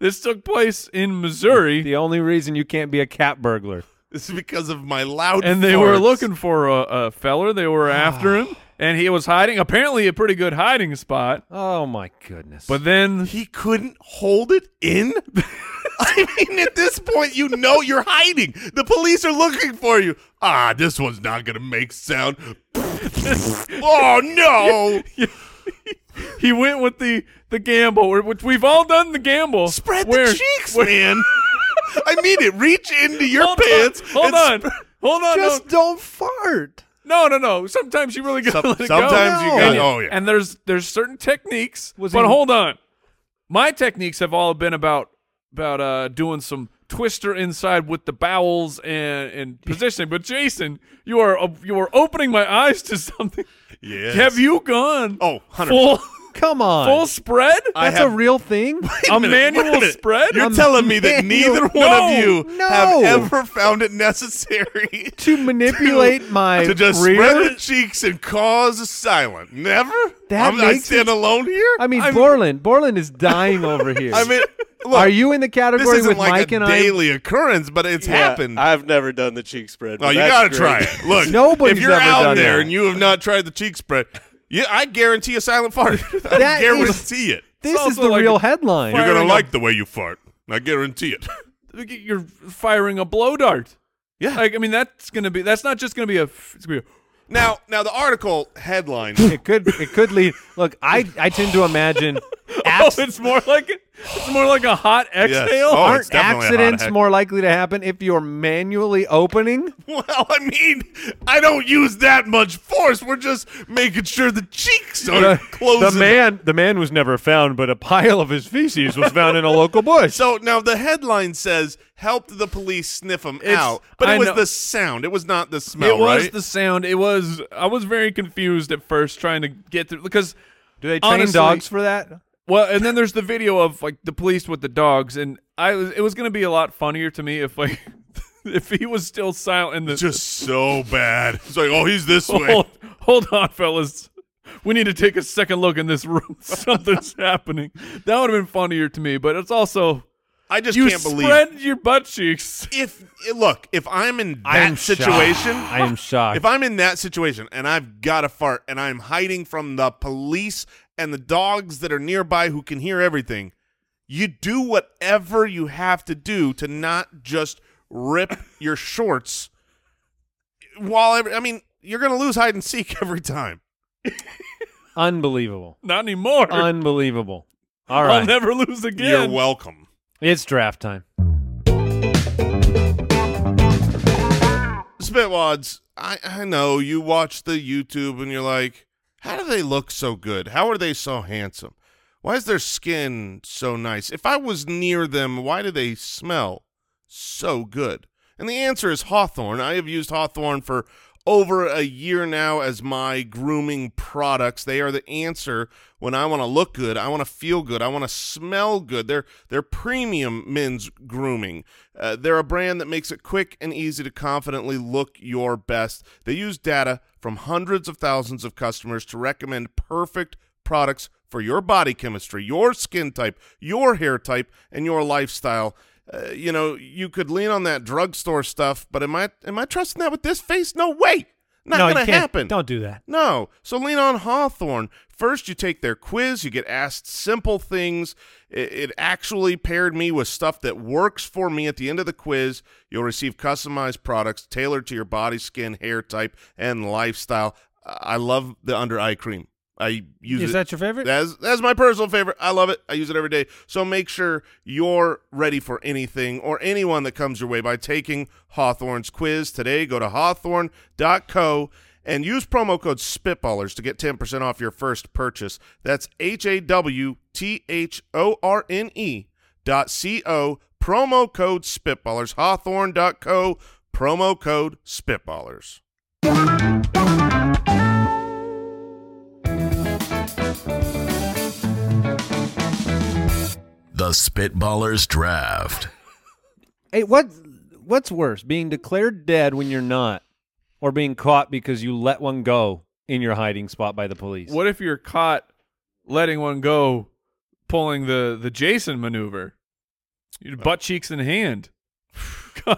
S5: this took place in Missouri.
S2: The only reason you can't be a cat burglar.
S3: This is because of my loud.
S5: and they were
S3: farts. Ah.
S5: looking for a, a feller. They were after him, and he was hiding. Apparently, a pretty good hiding spot.
S2: Oh my goodness!
S5: But then,
S3: He couldn't hold it in. I mean, at this point, you know you're hiding. The police are looking for you. Ah, this one's not gonna make sound. oh no!
S5: he went with the the gamble, which we've all done. The gamble.
S3: Spread the
S5: where-
S3: cheeks, man. I mean it. Reach into your
S5: Hold
S3: pants.
S5: on. Hold on.
S3: and
S5: Hold on.
S2: just don't fart.
S5: no, no, no, no. Sometimes you really gotta
S3: Some-
S5: let it go.
S3: sometimes you gotta-
S5: And,
S3: oh, yeah.
S5: and there's there's certain techniques.
S2: Was
S5: but
S2: he-
S5: hold on. My techniques have all been about about uh doing some twister inside with the bowels and and positioning. But Jason, you are uh, you are opening my eyes to something.
S3: Yes.
S5: Have you gone
S3: Oh, 100%.
S5: full
S2: Come on.
S5: Full spread?
S3: I
S2: That's a
S3: have-
S2: real thing?
S3: Wait
S5: A
S3: minute, wait
S5: manual
S3: minute.
S5: spread?
S3: You're
S5: A
S3: telling me that
S2: manual-
S3: neither one
S5: No,
S3: of you
S2: no.
S3: have ever found it necessary
S2: to manipulate my
S3: to just
S2: rear?
S3: spread the cheeks and cause a silent. Never.
S2: That
S3: I'm, I
S2: makes
S3: stand
S2: it-
S3: alone here.
S2: I mean,
S3: I'm-
S2: Borland. Borland is dying over here.
S3: I mean, look,
S2: Are you in the
S3: This
S2: category
S3: isn't
S2: with
S3: like
S2: Mike
S3: a
S2: and I?
S3: daily occurrence, but it's
S6: Yeah,
S3: happened.
S6: I've never done the cheek spread.
S3: No,
S6: but
S3: you
S6: that's
S3: gotta
S6: great.
S3: try it. Look,
S2: Nobody's
S3: if you're
S2: ever
S3: out
S2: done
S3: there
S2: that.
S3: and you have not tried the cheek spread, yeah, I guarantee a silent fart. I
S2: That is-
S3: guarantee it.
S2: This is
S5: also
S2: the
S5: like
S2: real
S5: a-
S2: headline.
S3: You're
S5: firing
S3: gonna
S5: up-
S3: like the way you fart. I guarantee it.
S5: You're firing a blow dart.
S3: Yeah.
S5: Like, I mean, that's going to be, that's not just going to be a, f- it's gonna be a-
S3: Now, now the article headline.
S2: It could it could lead. Look, I I tend to imagine
S5: oh,
S2: acc-
S5: it's more like, a- it's more like a hot exhale.
S3: Oh, it's
S2: aren't
S3: definitely a hot
S2: accidents
S3: heck.
S2: more likely to happen if you're manually opening?
S3: well, I mean, I don't use that much force. We're just making sure the cheeks are closing.
S2: the man was never found, but a pile of his feces was found in a local bush.
S3: So now the headline says helped the police sniff him
S5: It's-
S3: out, but it
S5: I
S3: was
S5: know-
S3: the sound. It was not the smell.
S5: it was
S3: right?
S5: the sound. It was, I was very confused at first trying to get through because,
S2: Do they train
S5: Honestly-
S2: dogs for that?
S5: well, and then there's the video of like the police with the dogs. And I was, it was going to be a lot funnier to me if like, if he was still silent and the,
S3: just so bad. It's like, oh, he's this way.
S5: hold, hold on, fellas. We need to take a second look in this room. Something's happening. That would have been funnier to me, but it's also
S3: I just
S5: you
S3: can't believe.
S5: spread your butt cheeks.
S3: if look, if I'm in that
S2: I am
S3: situation,
S2: shocked. I am shocked.
S3: if I'm in that situation and I've got a fart and I'm hiding from the police and the dogs that are nearby who can hear everything, you do whatever you have to do to not just rip your shorts. While every, I mean, you're gonna lose hide and seek every time.
S2: Unbelievable.
S5: Not anymore.
S2: Unbelievable. All
S5: I'll
S2: right.
S5: never lose
S3: You're
S5: again.
S3: welcome.
S2: it's draft time.
S3: Spitwads, I, I know you watch the YouTube and you're like, how do they look so good? How are they so handsome? Why is their skin so nice? If I was near them, why do they smell so good? And the answer is Hawthorne. I have used Hawthorne for over a year now as my grooming products. They are the answer when I want to look good, I want to feel good, I want to smell good. They're they're premium men's grooming. Uh, they're a brand that makes it quick and easy to confidently look your best. They use data from hundreds of thousands of customers to recommend perfect products for your body chemistry, your skin type, your hair type, and your lifestyle. Uh, you know, you could lean on that drugstore stuff, but am I am I trusting that with this face? No way. Not
S2: no, you
S3: gonna
S2: can't.
S3: happen.
S2: Don't do that.
S3: No. So lean on Hawthorne. First, you take their quiz, you get asked simple things. It, it actually paired me with stuff that works for me. At the end of the quiz, you'll receive customized products tailored to your body, skin, hair type, and lifestyle. I I love the under eye cream. I use
S2: Is
S3: it.
S2: that your favorite?
S3: That's that's my personal favorite. I love it. I use it every day. So make sure you're ready for anything or anyone that comes your way by taking Hawthorne's quiz today. Go to hawthorne.co and use promo code Spitballers to get 10% off your first purchase. That's H A W T H O R N E dot C O promo code Spitballers. Hawthorne.co promo code Spitballers.
S4: The Spitballers Draft.
S2: Hey, what what's worse, being declared dead when you're not, or being caught because you let one go in your hiding spot by the police?
S5: What if you're caught letting one go, pulling the the Jason maneuver? Your
S2: Uh.
S5: butt cheeks in hand.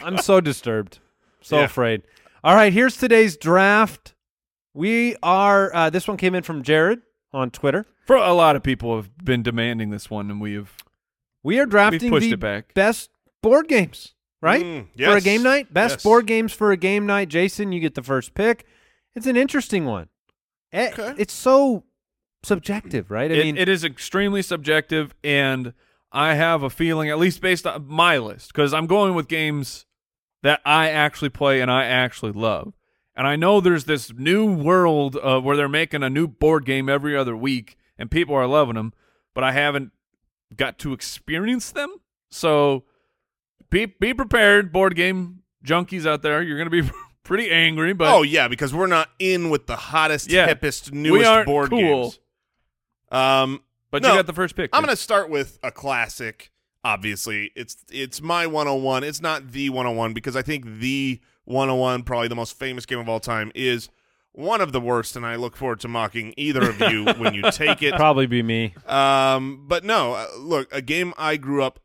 S2: I'm so disturbed, so
S3: Yeah.
S2: afraid. All right, here's today's draft. We are. Uh, this one came in from Jared on Twitter.
S5: For a lot of people have been demanding this one, and we have
S2: We are drafting
S5: pushed
S2: the
S5: it back.
S2: best board games, right?
S3: Mm,
S2: For a
S3: yes.
S2: game night, best
S3: Yes.
S2: board games for a game night. Jason, you get the first pick. It's an interesting one. Eh,
S3: Okay.
S2: It's so subjective, right? I
S5: it,
S2: mean,
S5: it is extremely subjective, and I have a feeling, at least based on my list, because I'm going with games that I actually play and I actually love. And I know there's this new world of where they're making a new board game every other week, and people are loving them, but I haven't got to experience them. So be be prepared, board game junkies out there. You're gonna be pretty angry, but
S3: oh yeah, because we're not in with the hottest, hippest, newest
S5: we aren't
S3: board
S5: cool.
S3: games. Um,
S5: But
S3: No,
S5: you got the first pick.
S3: I'm
S5: Chris.
S3: going to start with a classic. Obviously, it's it's my 101. It's not the 101 because I think the 101, probably the most famous game of all time, is one of the worst, and I look forward to mocking either of you when you take it.
S2: Probably be me.
S3: Um, but no, uh, look, a game I grew up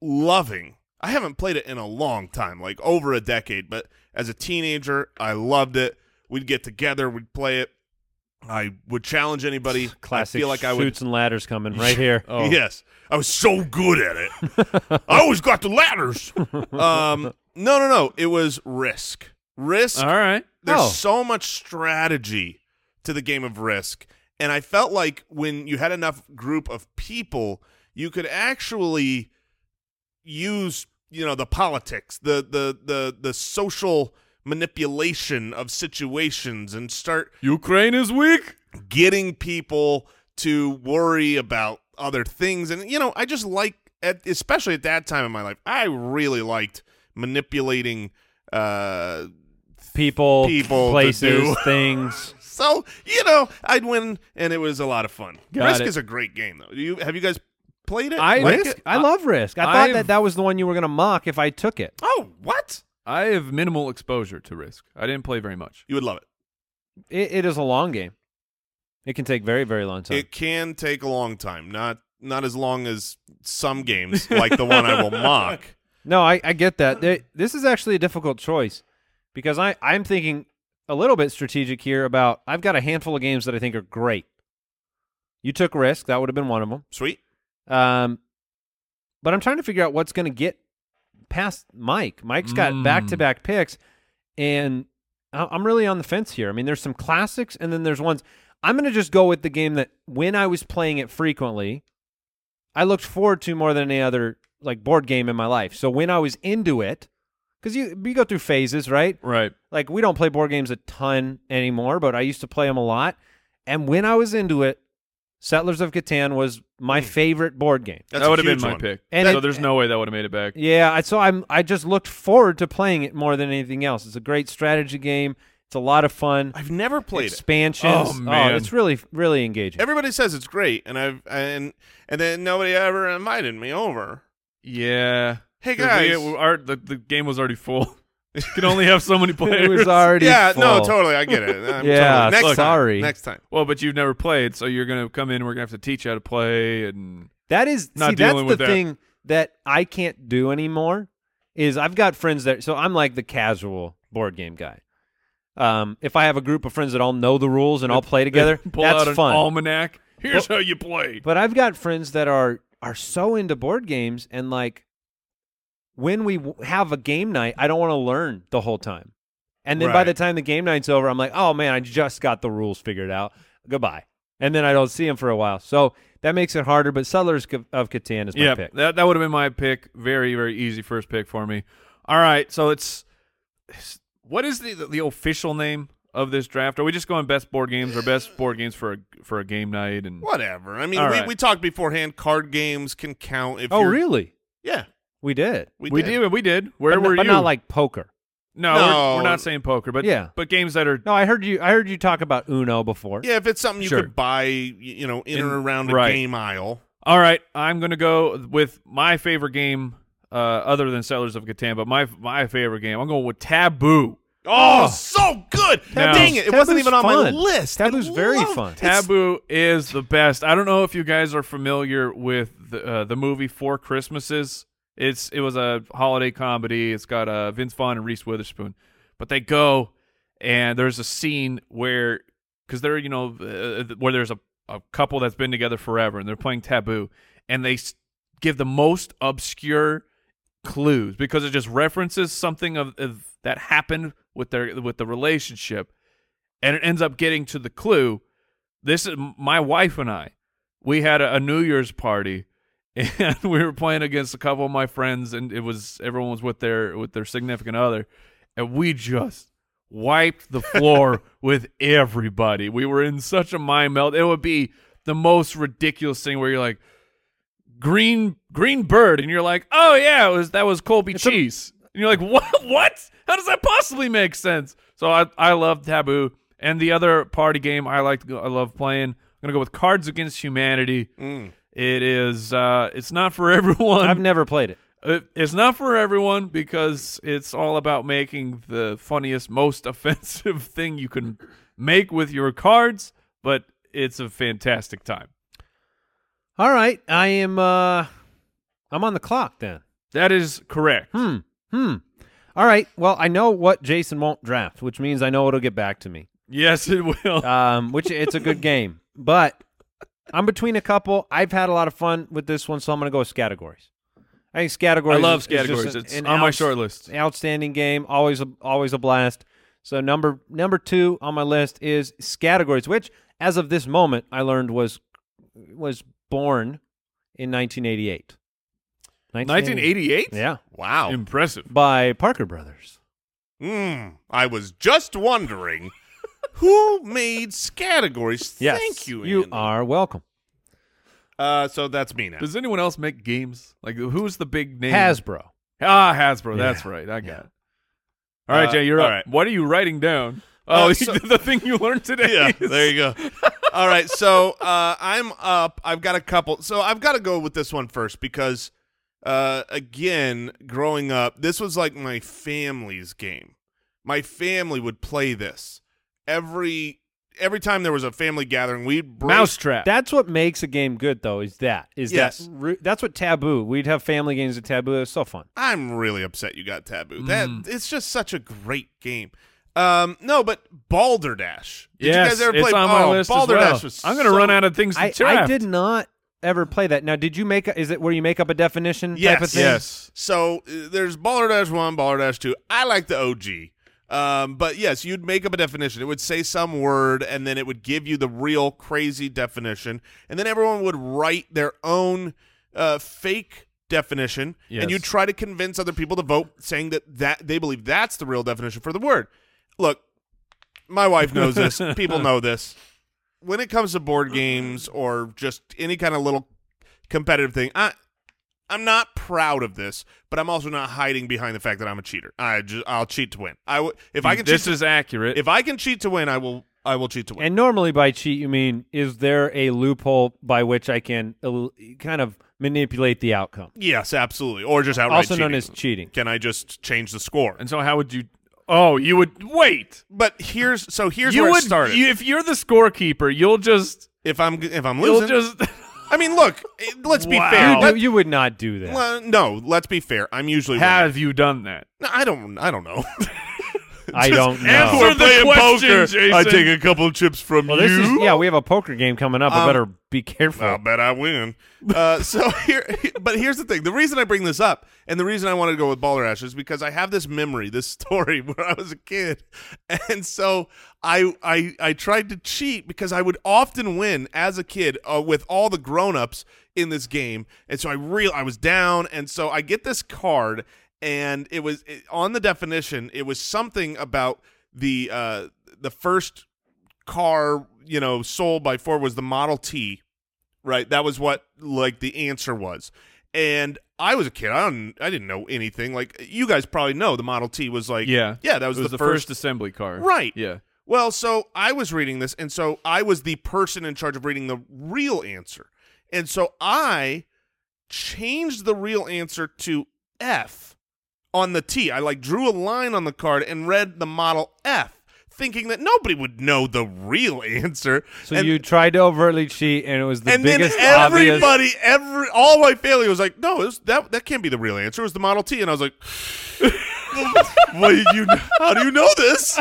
S3: loving. I haven't played it in a long time, like over a decade, but as a teenager, I loved it. We'd get together, we'd play it. I would challenge anybody.
S2: Classic
S3: I feel like I would
S2: shoots and ladders coming right here.
S5: Oh.
S3: Yes. I was so good at it. I always got the ladders. Um, no, no, no. It was Risk. Risk.
S5: All right.
S3: There's
S2: Oh.
S3: so much strategy to the game of Risk. And I felt like when you had enough group of people, you could actually use you know the politics the the the the social manipulation of situations and start
S5: Ukraine is weak.
S3: getting people to worry about other things and you know i just like at, especially at that time in my life i really liked manipulating uh
S2: People,
S3: People to
S2: places,
S3: do.
S2: things.
S3: so you know i'd win and it was a lot of fun
S5: Got
S3: risk
S5: it.
S3: is a great game though Do you have you guys played it
S5: I-
S3: like
S5: Risk?
S3: it?
S2: I love Risk. I thought
S5: I've-
S2: that that was the one you were going to mock if I took it.
S3: oh what
S5: I have minimal exposure to risk. I didn't play very much.
S3: you would love it
S2: it. It is a long game. It can take very, very long time.
S3: it can take a long time not not as long as some games like the one i will mock
S2: No, I, I get that. They, this is actually a difficult choice because I, I'm thinking a little bit strategic here about I've got a handful of games that I think are great. You took risk. That would have been one of them.
S3: sweet
S2: Um, but I'm trying to figure out what's going to get past Mike. Mike's got
S5: Mm.
S2: back to back picks, and I- I'm really on the fence here. I mean, there's some classics, and then there's ones. I'm going to just go with the game that when I was playing it frequently, I looked forward to more than any other like board game in my life. So when I was into it, because you you go through phases, right?
S5: Right.
S2: like we don't play board games a ton anymore, but I used to play them a lot. And when I was into it, Settlers of Catan was my
S3: Hmm.
S2: favorite board game.
S3: That's
S5: that
S3: a
S5: would have been
S3: huge
S5: my
S3: one.
S5: pick.
S2: And
S5: so
S2: it-
S5: there's no way that would have made it back.
S2: Yeah, I so I'm I just looked forward to playing it more than anything else. It's a great strategy game. It's a lot of fun.
S3: i've never played it
S2: Expansions.
S5: Oh, man.
S2: it's really really engaging.
S3: Everybody says it's great, and I've and and then nobody ever invited me over.
S5: Yeah.
S3: Hey,
S5: 'Cause
S3: guys.
S5: we, our, the, the game was already full. You can only have so many players.
S2: it was already
S3: yeah, no,
S2: full.
S3: totally, I get it. I'm
S2: Yeah,
S3: totally. next
S2: look,
S3: time,
S2: sorry.
S3: next time.
S5: Well, but you've never played, so you're gonna come in. We're gonna have to teach you how to play, and
S2: That is
S5: Not
S2: see, that's
S5: dealing
S2: the
S5: with that.
S2: thing that I can't do anymore. Is I've got friends that so I'm like the casual board game guy. Um, if I have a group of friends that all know the rules and all play together,
S5: pull
S2: that's
S5: out an
S2: fun.
S5: almanac. Here's how you play.
S2: but I've got friends that are are so into board games and like when we w- have a game night, I don't want to learn the whole time. And then by
S3: Right.
S2: the time the game night's over, I'm like, oh man, I just got the rules figured out. Goodbye. And then I don't see them for a while, so that makes it harder. But Settlers of Catan is my
S5: yeah,
S2: pick.
S5: that that would have been my pick. Very very easy first pick for me. All right, so it's it's- what is the the official name of this draft? Are we just going best board games or best board games for a for a game night? And
S3: Whatever. I mean,
S5: All
S3: we,
S5: right.
S3: we talked beforehand. Card games can count. If
S2: Oh,
S3: you're-
S2: really?
S3: Yeah,
S2: We did.
S3: we,
S5: we
S3: did.
S5: did we did.
S2: but
S5: Where were
S2: not,
S5: you?
S2: But not like poker.
S5: no,
S3: No.
S5: We're, we're not saying poker, but
S2: Yeah.
S5: but games that are
S2: No, I heard you. I heard you talk about Uno before.
S3: Yeah, if it's something you
S5: Sure.
S3: could buy, y- you know, in,
S5: In-
S3: or around
S5: right.
S3: a game aisle.
S5: All right, I'm gonna go with my favorite game, uh, other than Settlers of Catan, but my my favorite game. I'm going with Taboo.
S3: Oh, so good!
S5: Now-
S3: Dang it! It wasn't
S2: Taboo's
S3: even on my
S2: fun.
S3: list.
S2: Taboo's
S3: I
S2: very
S3: love
S2: fun.
S3: It's-
S5: Taboo is the best. I don't know if you guys are familiar with the, uh, the movie Four Christmases. It's it was a holiday comedy. It's got uh, Vince Vaughn and Reese Witherspoon, but they go and there's a scene where because they're you know uh, where there's a, a couple that's been together forever and they're playing Taboo and they s- give the most obscure clues because it just references something of, of that happened with their with the relationship and it ends up getting to the clue this is my wife and I. We had a, a New Year's party, and we were playing against a couple of my friends, and it was everyone was with their with their significant other, and we just wiped the floor with everybody. We were in such a mind melt. It would be the most ridiculous thing where you're like green green bird, and you're like, oh yeah, it was that was Colby cheese, and you're like, what what? How does that possibly make sense? So I I love taboo, and the other party game I like I love playing I'm gonna go with Cards Against Humanity. It is. Uh, it's not for everyone.
S2: I've never played it.
S5: It- Uh, it's not for everyone because it's all about making the funniest, most offensive thing you can make with your cards. But it's a fantastic time.
S2: All right, I am. uh I'm on the clock then.
S5: That is correct.
S2: Hmm. Hmm. All right. Well, I know what Jason won't draft, which means I know it'll get back to me.
S5: Yes, it will.
S2: Um, which it's a good game, but I'm between a couple. I've had a lot of fun with this one, so I'm going to go with categories. I think categories.
S5: I love
S2: is- is just
S5: Scattergories.
S2: an-
S5: It's
S2: an
S5: on my
S2: outs-
S5: short list.
S2: Outstanding game, always a, always a blast. So number number two on my list is categories, which as of this moment I learned was was born in 1988.
S5: 1988.
S2: Yeah,
S3: Wow.
S5: Impressive.
S2: by Parker Brothers.
S3: Mm, I was just wondering who made categories.
S2: Yes,
S3: Thank you.
S2: You
S3: Andy.
S2: are welcome.
S3: Uh, so that's me now.
S5: Does anyone else make games? Like who's the big name?
S2: Hasbro.
S5: Ah, Hasbro. That's
S2: Yeah.
S5: right. I got
S2: Yeah.
S5: it. All right,
S3: Uh,
S5: Jay, you're
S3: all
S5: up.
S3: right.
S5: What are you writing down? Oh,
S3: Uh,
S5: you
S3: so-
S5: did the thing you learned today.
S3: yeah, there you go. All right, so uh, I'm up. I've got a couple. So I've got to go with this one first because, uh, again, growing up, this was like my family's game. My family would play this every every time there was a family gathering. We'd break,
S5: Mousetrap.
S2: That's what makes a game good, though. Is that is
S3: Uh, Yes.
S2: that ru- that's what Taboo. We'd have family games at Taboo. It was so fun.
S3: I'm really upset you got taboo.
S5: Mm.
S3: That it's just such a great game. Um, no, but Balderdash. Did
S5: yes,
S3: you guys ever
S5: it's
S3: play
S5: on my
S3: oh,
S5: list as
S3: Balderdash
S5: well.
S3: was
S5: I'm going to
S3: so-
S5: run out of things to
S2: I,
S5: draft.
S2: I did not ever play that. Now, did you make? A, is it where you make up a definition type of
S3: Yes.
S2: thing?
S5: Yes.
S3: So uh, there's Balderdash 1, Balderdash 2. I like the OG. Um, but yes, you'd make up a definition. It would say some word, and then it would give you the real crazy definition. And then everyone would write their own uh, fake definition.
S5: Yes.
S3: And you try to convince other people to vote, saying that, that they believe that's the real definition for the word. Look, my wife knows this. People know this. When it comes to
S5: Mm-hmm.
S3: board games or just any kind of little competitive thing, I I'm not proud of this, but I'm also not hiding behind the fact that I'm a cheater. I just I'll cheat to win. I w- if I can cheat
S5: this
S3: to,
S5: is accurate.
S3: if I can cheat to win, I will I will cheat to win.
S2: And normally by cheat you mean is there a loophole by which I can el- kind of manipulate the outcome,
S3: yes, absolutely. Or just outright
S2: also known
S3: cheating.
S2: as cheating?
S3: can I just change the score?
S5: and so how would you Oh, you would wait.
S3: But here's so here's
S5: you
S3: where
S5: would
S3: it started.
S5: You, if you're the scorekeeper, you'll just
S3: if I'm if I'm
S5: you'll
S3: losing,
S5: just
S3: I mean, look, it- let's be
S5: Wow.
S3: fair.
S2: You,
S3: Let-
S2: do- you would not do that.
S3: well, no, let's be fair. I'm usually winning.
S5: have you done that?
S3: No, I don't. I don't know.
S2: I don't know.
S5: answer
S3: We're
S5: the
S3: playing
S5: question,
S3: poker. I
S5: Jason.
S3: take a couple of chips from
S2: well,
S3: you.
S2: this is yeah. We have a poker game coming up. I
S3: Um,
S2: better be careful.
S3: I'll bet I win. Uh, so here, but here's the thing: the reason I bring this up, and the reason I wanted to go with Baller Ash is because I have this memory, this story where I was a kid, and so I I I tried to cheat because I would often win as a kid uh, with all the grown-ups in this game, and so I real I was down, and so I get this card, and it was it, on the definition, it was something about the uh, the first car you know sold by Ford was the Model T right? That was what like the answer was. And I was a kid. I don't. I didn't know anything. Like you guys probably know, the Model T was like
S5: Yeah.
S3: yeah. That was,
S5: it was
S3: the,
S5: first
S3: first.
S5: assembly car.
S3: Right.
S5: Yeah.
S3: Well, so I was reading this, and so I was the person in charge of reading the real answer, and so I changed the real answer to F on the T. I like drew a line on the card and read the Model F, thinking that nobody would know the real answer.
S2: So
S3: And-
S2: you tried to overtly cheat, and it was the
S3: and then
S2: biggest obvious.
S3: everybody, every all my family was like, "No, it was, that that can't be the real answer. It was the Model T." And I was like, "What did you? How do you know this?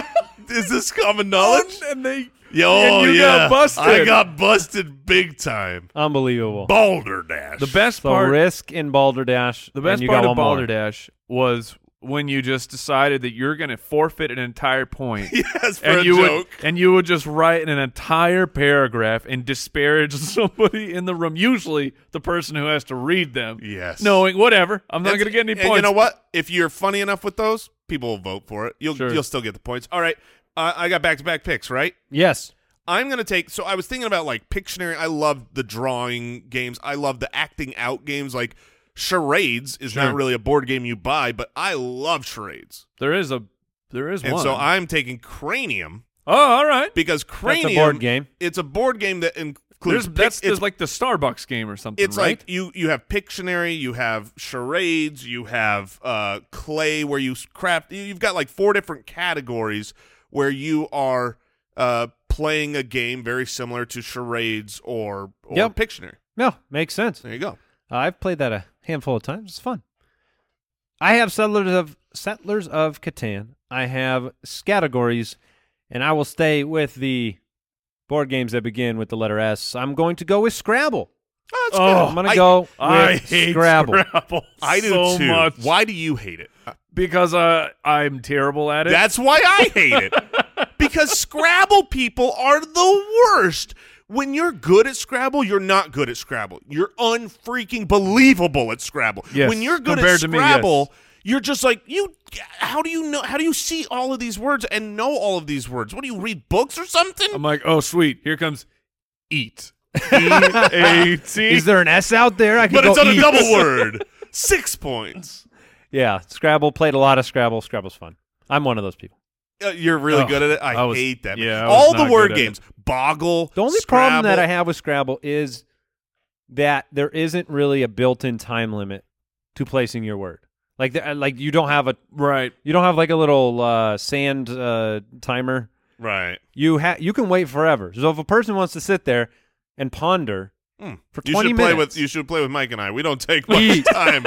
S3: Is this common knowledge?"
S5: And they
S3: Yo,
S5: and you got
S3: yeah,
S5: busted.
S3: I got busted big time.
S2: Unbelievable.
S3: Balderdash.
S5: the best
S2: So
S5: part
S2: risk in Balderdash.
S5: The
S2: and
S5: best
S2: you
S5: part
S2: got
S5: of
S2: one more.
S5: Balderdash was when you just decided that you're going to forfeit an entire point.
S3: Yes, for
S5: And
S3: a
S5: you
S3: joke.
S5: would, and you would just write an entire paragraph and disparage somebody in the room, usually the person who has to read them.
S3: Yes.
S5: knowing whatever, I'm not
S3: And-
S5: going to get any
S3: and
S5: points.
S3: You know what? If you're funny enough with those, people will vote for it. You'll
S5: Sure.
S3: you'll still get the points. All right, uh, I got back to back picks. Right.
S2: Yes.
S3: I'm gonna take. So I was thinking about like Pictionary. I love the drawing games. I love the acting out games. Like charades is not really a board game you buy, but I love charades.
S5: There is a, there is
S3: And
S5: one.
S3: so I'm taking Cranium
S5: oh, all right.
S3: because Cranium
S2: board game.
S3: It's a board game that in, includes
S5: There's,
S3: pic-
S5: that's
S3: it's
S5: there's like the Starbucks game or something,
S3: it's
S5: right?
S3: like you you have Pictionary, you have charades, you have uh, clay where you s- craft. you- You've got like four different categories where you are uh, playing a game very similar to charades or or
S2: Yep.
S3: Pictionary.
S2: No, makes sense.
S3: There you go.
S2: I've played that a handful of times. It's fun. I have settlers of settlers of Catan. I have categories, and I will stay with the board games that begin with the letter S. I'm going to go with Scrabble.
S3: Oh, that's
S2: I'm
S3: good.
S2: gonna
S3: I-
S2: go with
S5: I hate
S2: Scrabble.
S3: I do
S5: so
S3: too.
S5: much
S3: Why do you hate it?
S5: because uh, I'm terrible at it.
S3: That's why I hate it. because Scrabble people are the worst. When you're good at Scrabble, you're not good at Scrabble. You're unfreaking believable at Scrabble.
S5: Yes,
S3: when you're good at
S5: compared to me,
S3: Scrabble, you're just like you how do you know how do you see all of these words and know all of these words? What do you read books or something?
S5: I'm like, oh sweet, here comes eat. E A T.
S2: Is there an S out there? I can
S3: but
S2: go
S3: it's on
S2: eat.
S3: a double word. 6 points.
S2: Yeah, Scrabble. Played a lot of Scrabble. Scrabble's fun. I'm one of those people.
S3: Uh, You're really
S5: Ugh,
S3: good at it. I,
S5: I was-
S3: hate that.
S5: yeah, I was
S3: all
S5: not
S3: the
S5: good
S3: word
S5: at it.
S3: games. Boggle.
S2: The only problem that
S3: Scrabble.
S2: I have with Scrabble is that there isn't really a built-in time limit to placing your word. Like, the, uh, like you don't have a
S5: Right.
S2: You don't have like a little uh, sand uh, timer.
S3: right.
S2: You ha- you can wait forever. So if a person wants to sit there and ponder
S3: Hmm.
S2: for
S3: you
S2: 20
S3: should play
S2: minutes.
S3: with you should play with Mike and I. We don't take much
S2: Eat.
S3: time.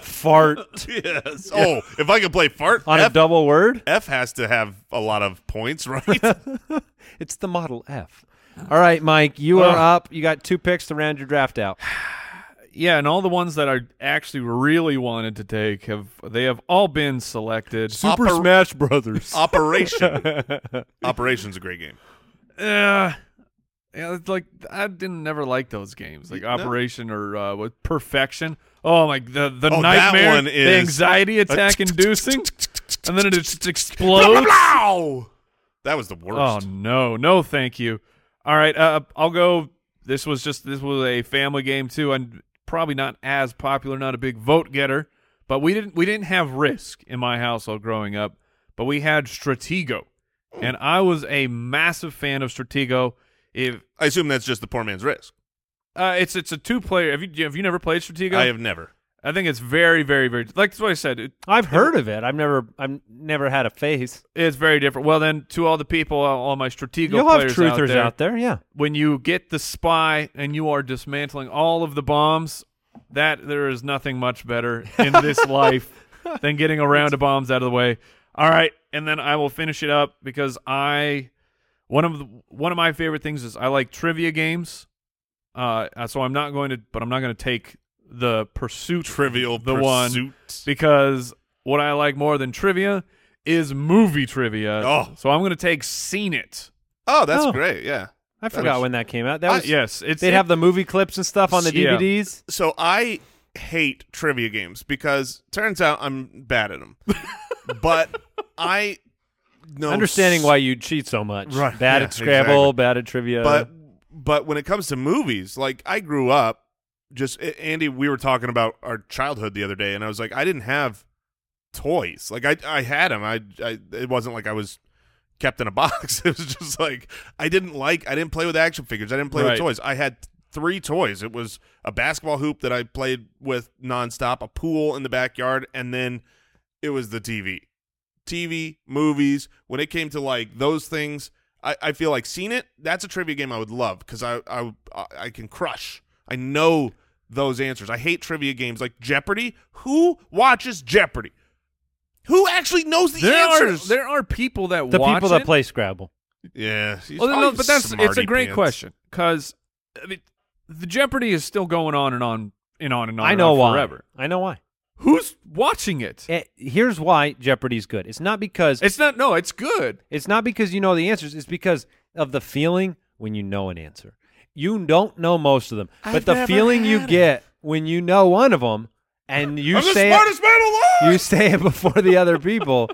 S2: fart
S3: yes. Oh, if I could play fart,
S2: on
S3: F,
S2: a double word,
S3: F has to have a lot of points, right?
S2: it's the model F. All right, Mike, you are
S5: Ugh.
S2: up. You got two picks to round your draft out.
S5: Yeah, and all the ones that I actually really wanted to take have they have all been selected.
S3: Super Oper-
S5: Smash Brothers.
S3: Operation. Operation's a great game.
S5: yeah, it's like I didn't never like those games, like
S3: No.
S5: Operation or uh, what Perfection. Oh my, the the
S3: Oh, that
S5: nightmare,
S3: one
S5: the
S3: is-
S5: anxiety attack inducing, and then it just explodes.
S3: Blow! That was the
S5: Oh
S3: worst.
S5: no, no, thank you. All right, uh, I'll go. This was just this was a family game too, and probably not as popular, not a big vote getter. But we didn't we didn't have Risk in my household growing up, but we had Stratego, and I was a massive fan of Stratego. If
S3: I assume that's just the poor man's risk.
S5: uh, it's it's a two player. Have you have you never played Stratego?
S3: I have never.
S5: I think it's very very very like that's what I said. It,
S2: I've heard of it. I've never I've never had a face.
S5: it's very different. Well, then to all the people, all my Stratego
S2: You'll have
S5: players
S2: truthers
S5: out there,
S2: out there. yeah.
S5: when you get the spy and you are dismantling all of the bombs, that there is nothing much better in this life than getting a round of bombs out of the way. All right, and then I will finish it up because I one of the, one of my favorite things is I like trivia games. Uh, uh, so I'm not going to, but I'm not going to take the pursuit
S3: Trivial
S5: the one
S3: Pursuit.
S5: because what I like more than trivia is movie trivia.
S3: Oh.
S5: so I'm going to take Seen It.
S3: Oh, that's
S2: Oh.
S3: great. Yeah.
S2: I forgot when that came out. That
S3: I-
S2: was
S5: Yes, it's
S2: They'd
S5: it-
S2: have the movie clips and stuff on the
S5: Yeah.
S2: DVDs.
S3: so I hate trivia games because turns out I'm bad at them. but I know
S2: Understanding
S3: s-
S2: why you cheat so much.
S3: Right,
S2: Bad
S3: yeah,
S2: at Scrabble,
S3: exactly.
S2: bad at trivia.
S5: uh,
S3: But but when it comes to movies, like I grew up just A- Andy we were talking about our childhood the other day and I was like I didn't have toys. Like I I had them. I, I it wasn't like I was kept in a box. it was just like I didn't like I didn't play with action figures. I didn't play
S5: Right.
S3: with toys. I had three toys. It was a basketball hoop that I played with nonstop, a pool in the backyard, and then it was the TV. TV, movies. When it came to like those things, I, I feel like seen it. That's a trivia game I would love because I, I I can crush. I know those answers. I hate trivia games like Jeopardy. Who watches Jeopardy? Who actually knows the
S5: there
S3: answers?
S5: are there are people that
S2: the
S5: watch
S2: people that
S5: it.
S2: play Scrabble.
S3: yeah,
S5: Well, no, but that's it's a
S3: Smarty
S5: great
S3: pants.
S5: question because I mean, the Jeopardy is still going on and on and on and on.
S2: I
S5: and
S2: know
S5: on
S2: why.
S5: forever.
S2: I know why.
S5: Who's watching it?
S2: Eh, here's why Jeopardy's good. It's not because
S5: It's not. No, it's good.
S2: it's not because you know the answers. It's because of the feeling when you know an answer. You don't know most of them, but the feeling you get when you know one of them and you
S3: I'm the
S2: say
S3: smartest
S2: it,
S3: man alive.
S2: you say it before the other people.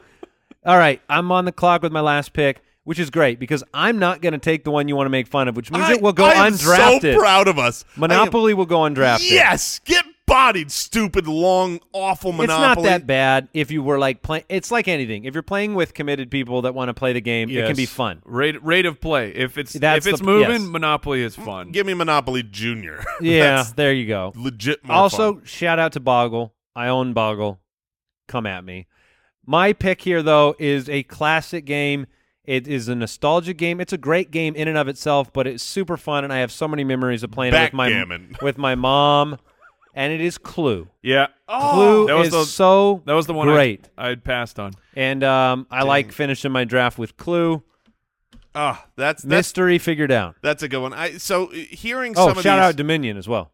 S2: All right, I'm on the clock with my last pick, which is great because I'm not going to take the one you want to make fun of, which means
S3: I-
S2: it will go
S3: I am
S2: undrafted.
S3: So proud of us. I am-
S2: Monopoly will go undrafted.
S3: Yes, get bodied, stupid, long, awful
S2: It's
S3: monopoly.
S2: not that bad if you were like playing. It's like anything. If you're playing with committed people that want to play the game, it can be
S5: Yes.
S2: fun.
S5: Rate rate of play. If it's
S2: That's
S5: if it's
S2: the-
S5: moving,
S2: yes.
S5: Monopoly is fun.
S3: Give me Monopoly Junior.
S2: Yeah,
S3: That's
S2: there you go.
S3: legit. More
S2: Also,
S3: fun.
S2: shout out to Boggle. I own Boggle. Come at me. My pick here, though, is a classic game. It is a nostalgia game. It's a great game in and of itself, but it's super fun, and I have so many memories of playing it with my
S3: Backgammon.
S2: with my mom. And it is Clue.
S5: Yeah.
S3: Oh!
S2: Clue
S5: Oh, that was
S2: is
S5: the-
S2: so
S5: That was the one I-
S2: great,
S5: I had passed on.
S2: and um, I like finishing my draft with Clue.
S3: ah, that's that's
S2: Mystery figured out.
S3: that's a good one. I so uh, hearing
S2: Oh,
S3: some of
S2: shout
S3: these,
S2: out Dominion as well.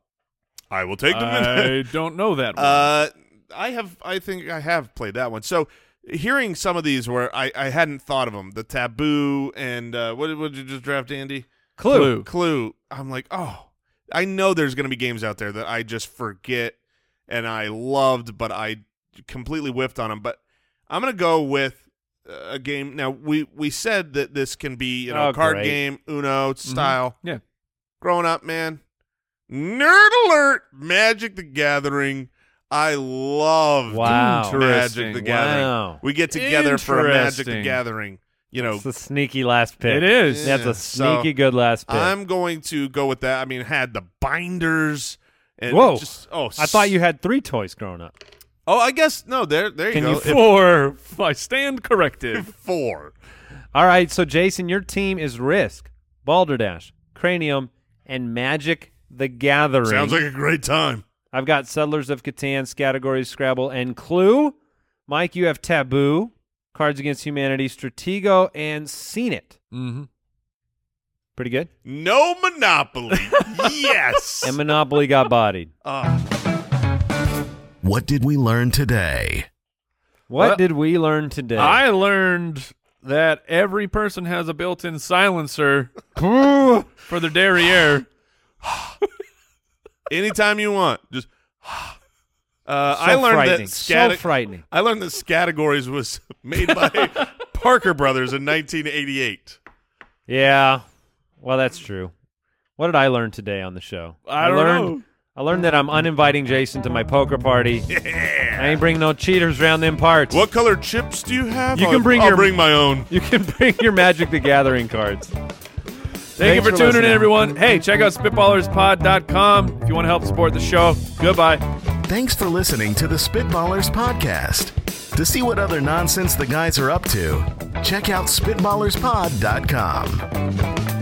S3: I will take them.
S5: I don't know that one.
S3: Uh, I have. I think I have played that one. So hearing some of these where I, I hadn't thought of them, the taboo and uh, what did- what did you just draft, Andy?
S2: Clue.
S5: Clue.
S3: Clue. I'm like, oh, I know there's going to be games out there that I just forget and I loved, but I completely whiffed on them. But I'm going to go with uh, a game. Now we we said that this can be you know
S2: Oh,
S3: card
S2: great.
S3: game Uno style.
S5: yeah.
S3: Growing up, man. Nerd alert! Magic the Gathering. I love
S2: Wow.
S3: Magic the
S5: Interesting.
S3: Gathering.
S2: Wow.
S3: We get together for a Magic the
S5: Interesting.
S3: Gathering. You know,
S2: It's a sneaky last pick.
S5: It is.
S2: That's
S3: Yeah,
S2: a
S3: so
S2: sneaky good last pick.
S3: I'm going to go with that. I mean, had the binders. And
S2: Whoa!
S3: Just, oh,
S2: I thought you had three toys growing up.
S3: Oh, I guess no. There, there you
S2: Can
S3: go.
S2: you
S3: If
S5: Four. I stand corrected.
S3: four?
S2: All right, so Jason, your team is Risk, Balderdash, Cranium, and Magic: The Gathering.
S3: Sounds like a great time.
S2: I've got Settlers of Catan, Scattergories, Scrabble, and Clue. Mike, you have Taboo, Cards Against Humanity, Stratego, and Seen It.
S5: hmm
S2: Pretty good.
S3: No monopoly. yes.
S2: And Monopoly got bodied.
S3: Ah,
S4: What did we learn today?
S2: What
S5: Well,
S2: did we learn today?
S5: I learned that every person has a built-in silencer for their derriere.
S3: anytime you want. Just. Uh,
S2: So
S3: I learned that
S2: frightening.
S3: scata-
S2: so frightening.
S3: I learned that categories was made by Parker Brothers in 1988.
S2: Yeah. Well, that's true. What did I learn today on the show?
S5: I don't
S2: learned,
S5: know.
S2: I learned that I'm uninviting Jason to my poker party. I ain't bring no cheaters round them parts.
S3: What color chips do you have?
S2: You
S3: I'll-
S2: can bring
S3: I'll
S2: your-
S3: bring my own.
S2: You can bring your Magic the Gathering cards.
S5: Thank
S2: Thanks
S5: you
S2: for
S5: for tuning
S2: listening.
S5: in, everyone. Hey, check out spitballerspod.com if you want to help support the show. Goodbye.
S4: Thanks for listening to the Spitballers Podcast. To see what other nonsense the guys are up to, check out SpitballersPod.com.